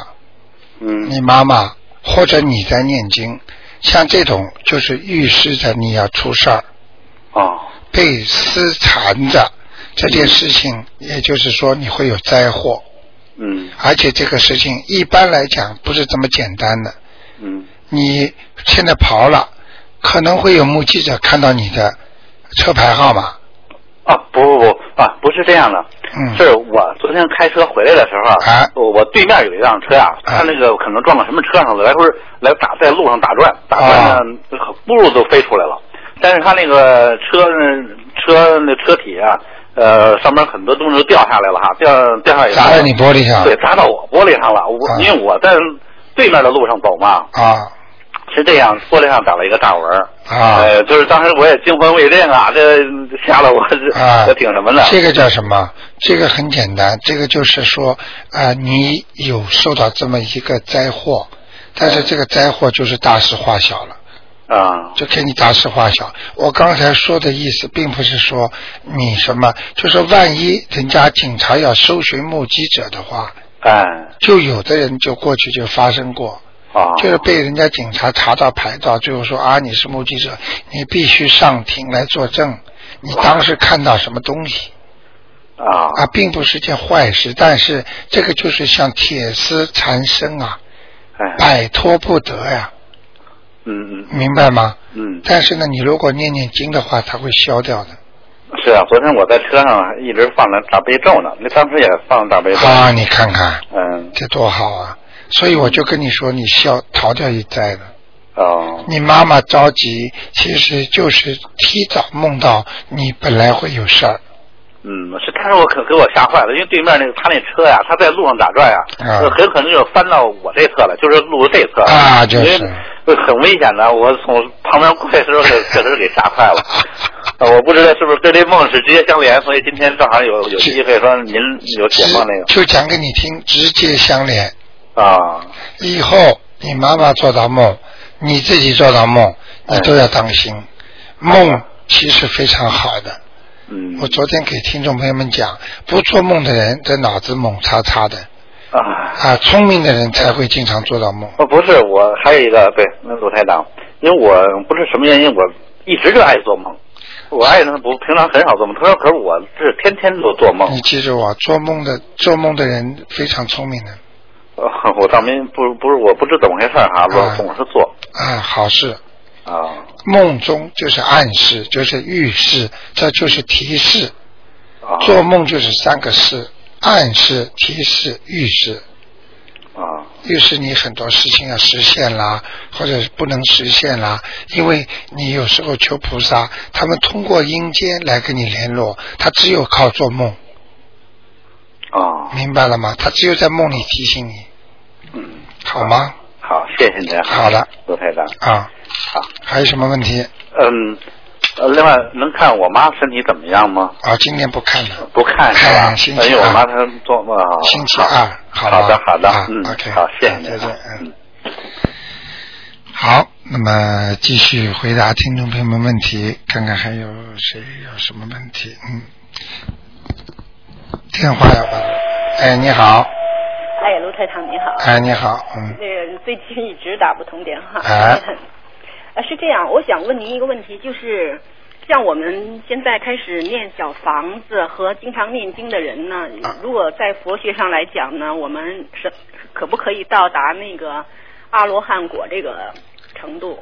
Speaker 11: 嗯。
Speaker 2: 你妈妈或者你在念经，像这种就是预示着你要出事儿。
Speaker 11: 哦。
Speaker 2: 被私缠着这件事情，也就是说你会有灾祸，
Speaker 11: 嗯
Speaker 2: 而且这个事情一般来讲不是这么简单的。
Speaker 11: 嗯
Speaker 2: 你现在跑了，可能会有目击者看到你的车牌号码。
Speaker 11: 啊，不不不啊，不是这样的，
Speaker 2: 嗯
Speaker 11: 是我昨天开车回来的时候，
Speaker 2: 啊
Speaker 11: 我我对面有一辆车啊，他那个可能撞到什么车上了，来回来打在路上打转，打转呢，
Speaker 2: 啊
Speaker 11: 轱辘都飞出来了。但是他那个车车那车体啊，呃，上面很多东西都掉下来了哈，掉掉下来以后
Speaker 2: 砸在你玻璃上
Speaker 11: 对，砸到我玻璃上了。我、
Speaker 2: 啊
Speaker 11: 因为我在对面的路上走嘛，
Speaker 2: 啊
Speaker 11: 是这样，玻璃上打了一个大纹儿。
Speaker 2: 啊
Speaker 11: 呃，就是当时我也惊魂未定啊，这吓得我这、
Speaker 2: 啊
Speaker 11: 这挺什么的。
Speaker 2: 这个叫什么？这个很简单，这个就是说啊、你有受到这么一个灾祸，但是这个灾祸就是大事化小了。
Speaker 11: 啊，
Speaker 2: 就给你大事化小。我刚才说的意思，并不是说你什么，就是万一人家警察要搜寻目击者的话，
Speaker 11: 哎，
Speaker 2: 就有的人就过去就发生过，
Speaker 11: 啊，
Speaker 2: 就是被人家警察查到牌照，最后说啊你是目击者，你必须上庭来作证，你当时看到什么东西。
Speaker 11: 啊
Speaker 2: 啊，并不是件坏事，但是这个就是像铁丝缠身啊，
Speaker 11: 哎，
Speaker 2: 摆脱不得呀、
Speaker 11: 嗯嗯
Speaker 2: 明白吗？
Speaker 11: 嗯，
Speaker 2: 但是呢，你如果念念经的话，它会消掉的。
Speaker 11: 是啊，昨天我在车上一直放着大悲咒呢，那当时也放着大悲咒。
Speaker 2: 啊，你看看，
Speaker 11: 嗯，
Speaker 2: 这多好啊！所以我就跟你说，你消逃掉一灾了。
Speaker 11: 哦，
Speaker 2: 你妈妈着急，其实就是提早梦到你本来会有事儿。
Speaker 11: 嗯，是，但是我可给我吓坏了，因为对面那个他那车呀，他在路上打转呀，
Speaker 2: 啊
Speaker 11: 就很可能就翻到我这侧了，就是路这侧
Speaker 2: 啊就是
Speaker 11: 因为很危险的，我从旁边过来的时 候给确实给吓坏了。呃我不知道是不是跟这梦是直接相连，所以今天正好有有机会说您有解放那个
Speaker 2: 就讲给你听，直接相连。
Speaker 11: 啊，
Speaker 2: 以后你妈妈做到梦，你自己做到梦，
Speaker 11: 嗯
Speaker 2: 你都要当心。梦其实非常好的。
Speaker 11: 嗯。
Speaker 2: 我昨天给听众朋友们讲，不做梦的人，这脑子猛叉叉的。
Speaker 11: 啊。
Speaker 2: 啊，聪明的人才会经常做到梦。
Speaker 11: 哦，不是，我还有一个对，那鲁台长，因为我不是什么原因，我一直就爱做梦。我爱人不平常很少做梦，他说可是我是天天都做梦。
Speaker 2: 你记住啊，做梦的做梦的人非常聪明的
Speaker 11: 呃我倒没不不是我不知怎么回事儿哈、
Speaker 2: 啊
Speaker 11: 我总是做
Speaker 2: 啊，好事。
Speaker 11: 啊
Speaker 2: 梦中就是暗示，就是预示，这就是提示。
Speaker 11: 啊
Speaker 2: 做梦就是三个事：暗示、提示、预示。
Speaker 11: 啊
Speaker 2: 预示你很多事情要实现啦，或者是不能实现啦，因为你有时候求菩萨，他们通过阴间来跟你联络，他只有靠做梦，
Speaker 11: 啊，
Speaker 2: 明白了吗？他只有在梦里提醒你，
Speaker 11: 嗯，
Speaker 2: 好吗？
Speaker 11: 好，谢谢您。
Speaker 2: 好的，
Speaker 11: 鲁台长。
Speaker 2: 啊，
Speaker 11: 好，
Speaker 2: 还有什么问题？
Speaker 11: 嗯，呃，另外能看我妈身体怎么样吗？
Speaker 2: 啊，今天不看了，
Speaker 11: 不看是吧？
Speaker 2: 哎星期
Speaker 11: 因为我
Speaker 2: 二
Speaker 11: 妈她做梦啊。
Speaker 2: 星期二，
Speaker 11: 好
Speaker 2: 吧
Speaker 11: 的好的
Speaker 2: 啊、
Speaker 11: 嗯
Speaker 2: OK，
Speaker 11: 好谢谢您
Speaker 2: 再
Speaker 11: 啊
Speaker 2: 见，嗯。好，那么继续回答听众朋友们问题，看看还有谁有什么问题？嗯，电话要吧？哎，你好，
Speaker 12: 哎呀，卢台长你好。
Speaker 2: 哎，你好，嗯，
Speaker 12: 那个最近一直打不通电话。
Speaker 2: 哎
Speaker 12: 呃是这样，我想问您一个问题，就是像我们现在开始念小房子和经常念经的人呢，
Speaker 2: 啊
Speaker 12: 如果在佛学上来讲呢，我们是可不可以到达那个阿罗汉果这个程度？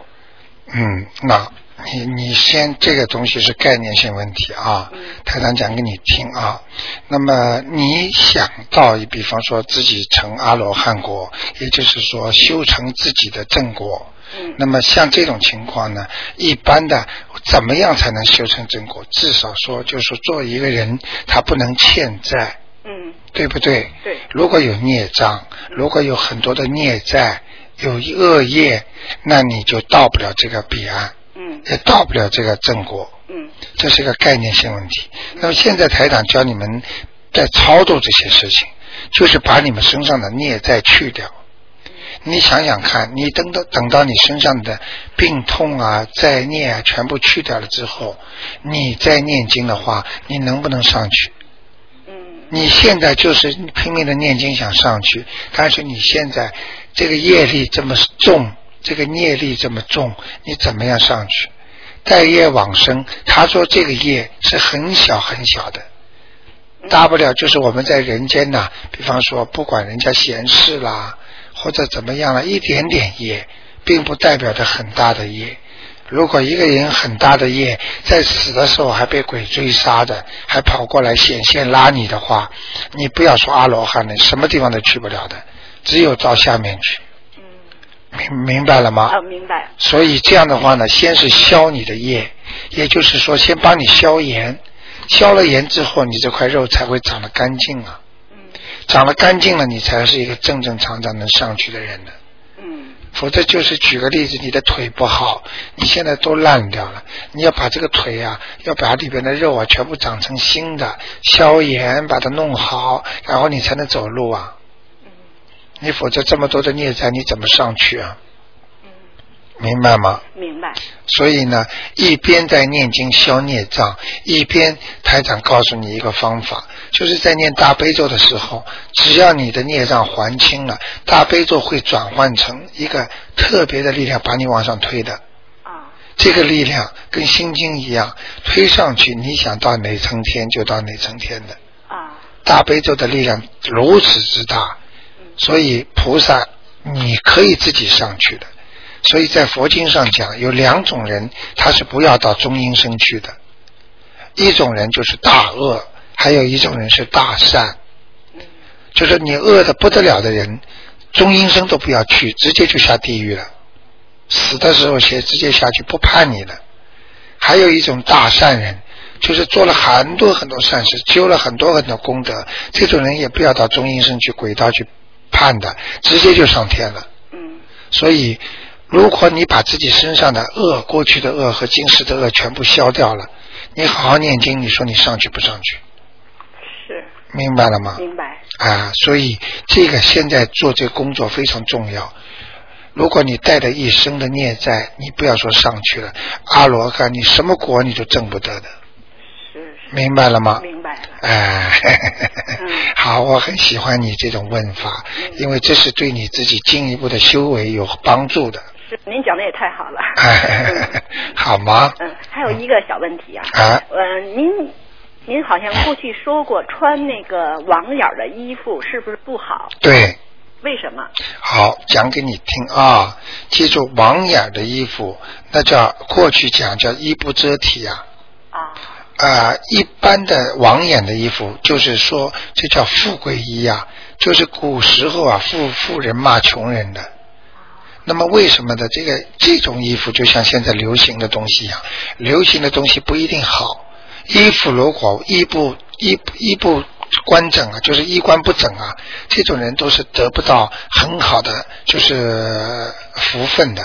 Speaker 2: 嗯，那你你先这个东西是概念性问题啊，台长讲给你听啊。那么你想到，比方说自己成阿罗汉果，也就是说修成自己的正果。那么像这种情况呢，一般的怎么样才能修成正果？至少说，就是说做一个人，他不能欠债。
Speaker 12: 嗯。
Speaker 2: 对不对？
Speaker 12: 对。嗯
Speaker 2: 如果有孽障，如果有很多的孽债，有恶业，那你就到不了这个彼岸，
Speaker 12: 嗯，
Speaker 2: 也到不了这个正果。
Speaker 12: 嗯，
Speaker 2: 这是一个概念性问题。那么现在台长教你们在操作这些事情，就是把你们身上的孽债去掉。
Speaker 12: 嗯
Speaker 2: 你想想看，你等到等到你身上的病痛啊、灾孽啊全部去掉了之后，你再念经的话，你能不能上去？你现在就是拼命的念经想上去，但是你现在这个业力这么重，这个业力这么重，你怎么样上去？待业往生，他说这个业是很小很小的，大不了就是我们在人间呐、比方说不管人家闲事啦，或者怎么样了，一点点业，并不代表着很大的业。如果一个人很大的业，在死的时候还被鬼追杀的，还跑过来显现拉你的话，你不要说阿罗汉了，什么地方都去不了的，只有到下面去。明明白了吗？
Speaker 12: 啊，嗯明白。
Speaker 2: 所以这样的话呢，先是消你的业，也就是说，先帮你消炎，消了炎之后，你这块肉才会长得干净啊。
Speaker 12: 嗯
Speaker 2: 长得干净了，你才是一个正正常常能上去的人呢。否则就是举个例子，你的腿不好，你现在都烂掉了，你要把这个腿啊，要把里边的肉啊全部长成新的，消炎把它弄好，然后你才能走路啊。你否则这么多的孽债，你怎么上去啊？明白吗？
Speaker 12: 明白。
Speaker 2: 所以呢，一边在念经消孽障，一边台长告诉你一个方法，就是在念大悲咒的时候，只要你的孽障还清了，大悲咒会转换成一个特别的力量把你往上推的。这个力量跟心经一样，推上去，你想到哪层天就到哪层天的。大悲咒的力量如此之大，所以菩萨你可以自己上去的。所以在佛经上讲，有两种人他是不要到中阴身去的，一种人就是大恶，还有一种人是大善，就是你恶的不得了的人，中阴身都不要去，直接就下地狱了，死的时候先直接下去不判你了。还有一种大善人，就是做了很多很多善事，修了很多很多功德，这种人也不要到中阴身去轨道去判的，直接就上天了。所以，如果你把自己身上的恶、过去的恶和今世的恶全部消掉了，你好好念经，你说你上去不上去？
Speaker 12: 是。
Speaker 2: 明白了吗？
Speaker 12: 明白。
Speaker 2: 啊，所以这个现在做这个工作非常重要。如果你带着一生的孽债，你不要说上去了，阿罗汉，你什么果你都挣不得的。明白了吗？
Speaker 12: 明白了。嗯
Speaker 2: 哎， 好，我很喜欢你这种问法，因为这是对你自己进一步的修为有帮助的。
Speaker 12: 是您讲的也太好了。
Speaker 2: 哎， 好吗？
Speaker 12: 嗯，还有一个小问题啊。
Speaker 2: 啊
Speaker 12: 呃，您您好像过去说过，穿那个网眼儿的衣服是不是不好？
Speaker 2: 对，
Speaker 12: 为什么？
Speaker 2: 好，讲给你听啊。记住，网眼儿的衣服，那叫过去讲叫衣不遮体啊。啊。一般的网眼的衣服，就是说这叫富贵衣啊，就是古时候啊，富富人骂穷人的。那么为什么呢？这个这种衣服就像现在流行的东西一样，流行的东西不一定好。衣服如果衣不衣衣不完整啊，就是衣冠不整啊，这种人都是得不到很好的就是福分的。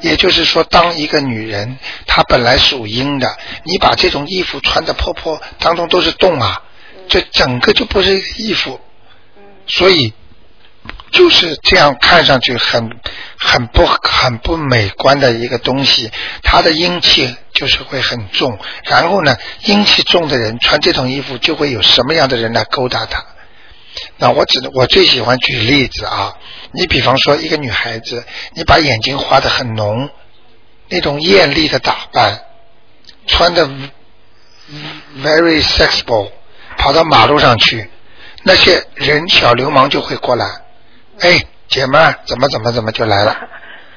Speaker 2: 也就是说，当一个女人她本来属阴的，你把这种衣服穿的破破，当中都是洞啊，这整个就不是衣服。所以就是这样看上去很很不很不美观的一个东西，它的阴气就是会很重。然后呢，阴气重的人穿这种衣服，就会有什么样的人来勾搭他？那我只能我最喜欢举例子啊，你比方说一个女孩子，你把眼睛画得很浓，那种艳丽的打扮，穿的 very sexable，跑到马路上去，那些人小流氓就会过来，哎，姐们儿怎么怎么怎么就来了。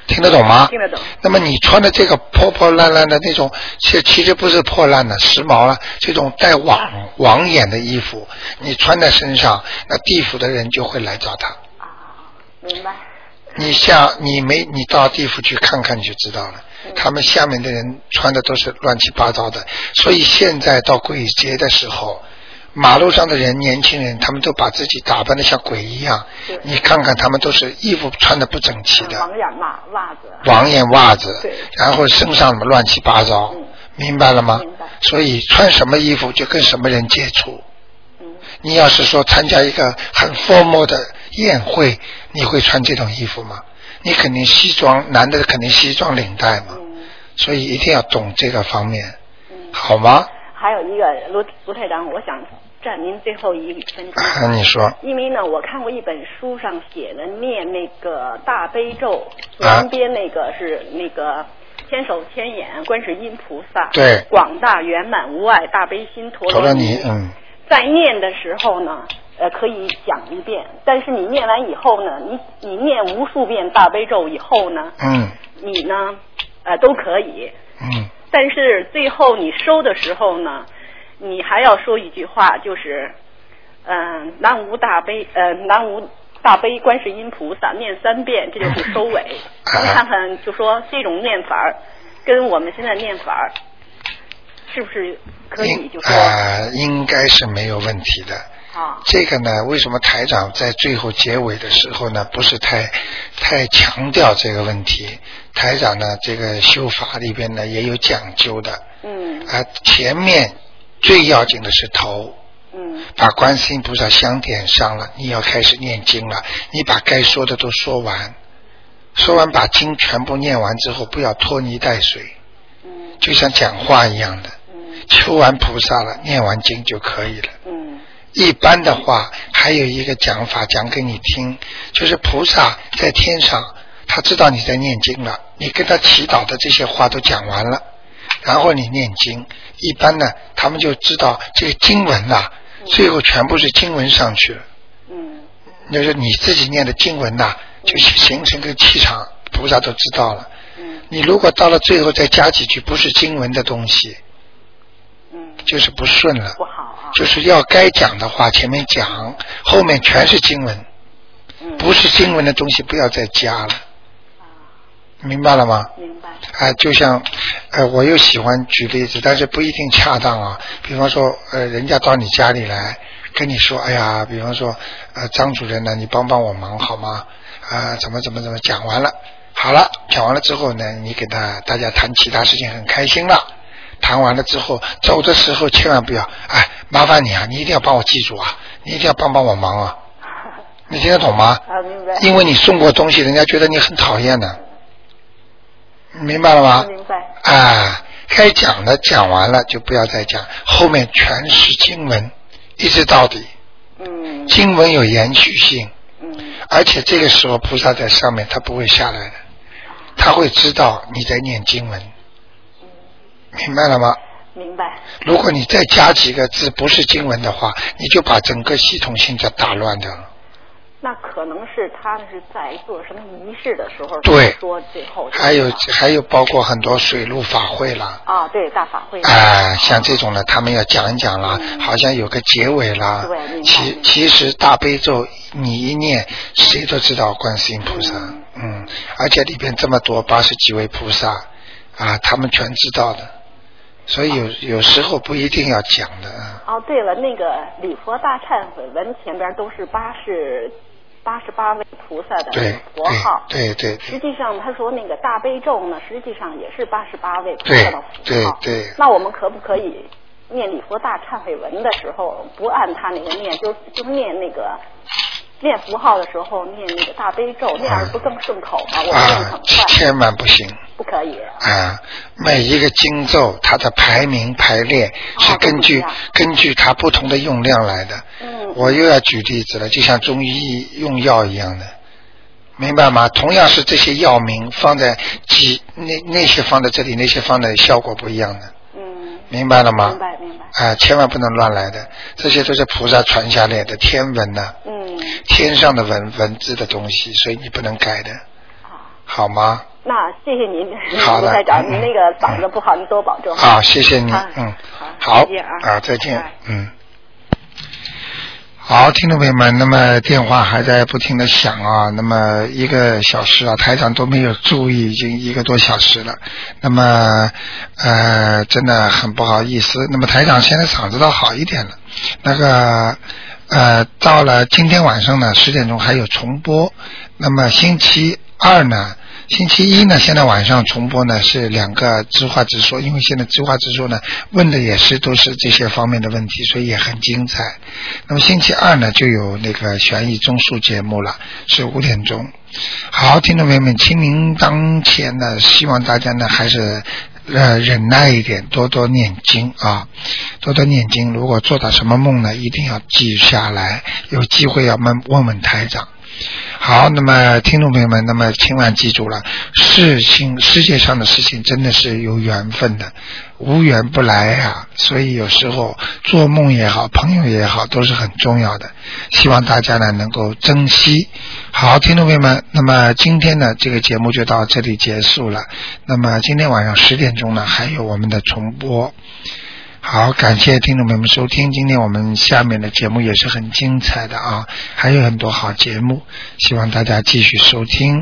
Speaker 2: 听得懂吗？
Speaker 13: 听得懂。
Speaker 2: 那么你穿的这个破破烂烂的那种，其其实不是破烂的，时髦了，这种带网网眼的衣服，你穿在身上，那地府的人就会来找他。
Speaker 13: 明白。
Speaker 2: 你下你没你到地府去看看你就知道了，
Speaker 13: 嗯
Speaker 2: 他们下面的人穿的都是乱七八糟的，所以现在到鬼节的时候，马路上的人年轻人他们都把自己打扮的像鬼一样，你看看他们都是衣服穿的不整齐的，
Speaker 13: 网嗯眼袜袜子。啊
Speaker 2: 网眼袜子
Speaker 13: 对，嗯
Speaker 2: 然后身上什么乱七八糟，明白了吗？所以穿什么衣服就跟什么人接触。你要是说参加一个很 formal 的宴会，你会穿这种衣服吗？你肯定西装，男的肯定西装领带嘛，所以一定要懂这个方面，好吗？
Speaker 13: 还有一个卢卢台长，我想占您最后一分钟。
Speaker 2: 啊你说
Speaker 13: 因为呢，我看过一本书上写的念那个大悲咒，
Speaker 2: 啊
Speaker 13: 旁边那个是那个千手千眼观世音菩萨，
Speaker 2: 对
Speaker 13: 广大圆满无碍大悲心陀
Speaker 2: 求
Speaker 13: 罗
Speaker 2: 了你，嗯，
Speaker 13: 在念的时候呢，呃，可以讲一遍，但是你念完以后呢，你你念无数遍大悲咒以后呢，
Speaker 2: 嗯
Speaker 13: 你呢，呃，都可以，
Speaker 2: 嗯，
Speaker 13: 但是最后你收的时候呢，你还要说一句话，就是，嗯、南无大悲，呃，南无大悲观世音菩萨，念三遍，这就 是收尾。
Speaker 2: 啊
Speaker 13: 咱们看看，就说这种念法儿，跟我们现在念法儿，是不是可以就
Speaker 2: 啊、
Speaker 13: 说
Speaker 2: 应该是没有问题的。
Speaker 13: 啊？
Speaker 2: 这个呢，为什么台长在最后结尾的时候呢，不是太太强调这个问题？台长呢，这个修法里边呢也有讲究的。
Speaker 13: 嗯。
Speaker 2: 啊，前面最要紧的是头。
Speaker 13: 嗯。
Speaker 2: 把观世音菩萨香点上了，你要开始念经了。你把该说的都说完，说完把经全部念完之后，不要拖泥带水。嗯。就像讲话一样的。求完菩萨了，念完经就可以了。
Speaker 13: 嗯。
Speaker 2: 一般的话，还有一个讲法讲给你听，就是菩萨在天上，他知道你在念经了，你跟他祈祷的这些话都讲完了，然后你念经，一般呢，他们就知道这个经文呐、最后全部是经文上去了。嗯。就是你自己念的经文呐、就形成个气场，菩萨都知道了。嗯。你如果到了最后再加几句不是经文的东西，就是不顺了，不好、就是要该讲的话前面讲，后面全是经文，不是经文的东西不要再加了，明白了吗？啊明白。啊、就像，呃，我又喜欢举例子，但是不一定恰当啊。比方说，呃，人家到你家里来跟你说，哎呀，比方说，呃，张主任呢，你帮帮我忙好吗？啊、怎么怎么怎么讲完了，好了，讲完了之后呢，你给他大家谈其他事情很开心了。谈完了之后，走的时候千万不要，哎，麻烦你啊，你一定要帮我记住啊，你一定要帮帮我忙啊，你听得懂吗？
Speaker 13: 啊，明白。
Speaker 2: 因为你送过东西，人家觉得你很讨厌的，明白了吗？
Speaker 13: 明白。
Speaker 2: 啊，该讲的讲完了就不要再讲，后面全是经文，一直到底。嗯。经文有延续性。嗯。而且这个时候菩萨在上面，他不会下来的，他会知道你在念经文，明白了吗？
Speaker 13: 明白。
Speaker 2: 如果你再加几个字不是经文的话，你就把整个系统性就打乱掉了。
Speaker 13: 那可能是他们是在做什么仪式的时候，
Speaker 2: 对
Speaker 13: 说最后
Speaker 2: 还有还有包括很多水陆法会啦，
Speaker 13: 啊，对大法会，
Speaker 2: 哎，像这种呢，他们要讲一讲啦，好像有个结尾啦。其其实大悲咒你一念，谁都知道观世音菩萨，嗯，而且里边这么多八十几位菩萨啊，他们全知道的，所以有有时候不一定要讲的。啊
Speaker 13: 哦，对了，那个礼佛大忏悔文前边都是八十八十八位菩萨的
Speaker 2: 对
Speaker 13: 佛号，
Speaker 2: 对对对
Speaker 13: 实际上他说那个大悲咒呢，实际上也是八十八位菩萨
Speaker 2: 对
Speaker 13: 的。
Speaker 2: 对对，
Speaker 13: 那我们可不可以念礼佛大忏悔文的时候，不按他那个念，就就念那个念符号的时候念那个大悲咒，那样不更顺口吗？我念得
Speaker 2: 啊
Speaker 13: 很快，，
Speaker 2: 千万不行。
Speaker 13: 不可以。
Speaker 2: 啊，每一个经咒它的排名排列是根据、根据它不同的用量来的。嗯。我又要举例子了，就像中医用药一样的，明白吗？同样是这些药名放在几那那些放在这里，那些放在效果不一样的。嗯。明白了吗？
Speaker 7: 明白明白。
Speaker 2: 啊，千万不能乱来的，这些都是菩萨传下来的天文呐、
Speaker 7: 嗯，
Speaker 2: 天上的文文字的东西，所以你不能改的，好吗？
Speaker 13: 那谢谢您，
Speaker 2: 好的
Speaker 13: 卢台长，
Speaker 2: 嗯
Speaker 13: 您那个嗓子不好，您多保重。啊
Speaker 2: 好，谢谢你，嗯，好
Speaker 13: 再见啊，
Speaker 2: 啊，再见，嗯。好，听众朋友们，那么电话还在不停的响啊，那么一个小时啊，台长都没有注意，已经一个多小时了。那么，呃，真的很不好意思。那么台长现在嗓子倒好一点了，那个，呃，到了今天晚上呢，十点钟还有重播。那么星期二呢，星期一呢，现在晚上重播呢是两个知话直说，因为现在知话直说呢问的也是都是这些方面的问题，所以也很精彩。那么星期二呢就有那个悬疑综述节目了，是五点钟。好，听众朋友们，清明当前呢，希望大家呢还是呃忍耐一点，多多念经啊，多多念经。如果做到什么梦呢，一定要记下来，有机会要问问问台长。好，那么听众朋友们，那么千万记住了，事情世界上的事情真的是有缘分的，无缘不来啊。所以有时候做梦也好，朋友也好，都是很重要的。希望大家呢能够珍惜。好，听众朋友们，那么今天呢这个节目就到这里结束了。那么今天晚上十点钟呢还有我们的重播。好，感谢听众朋友们收听。今天我们下面的节目也是很精彩的啊，还有很多好节目，希望大家继续收听。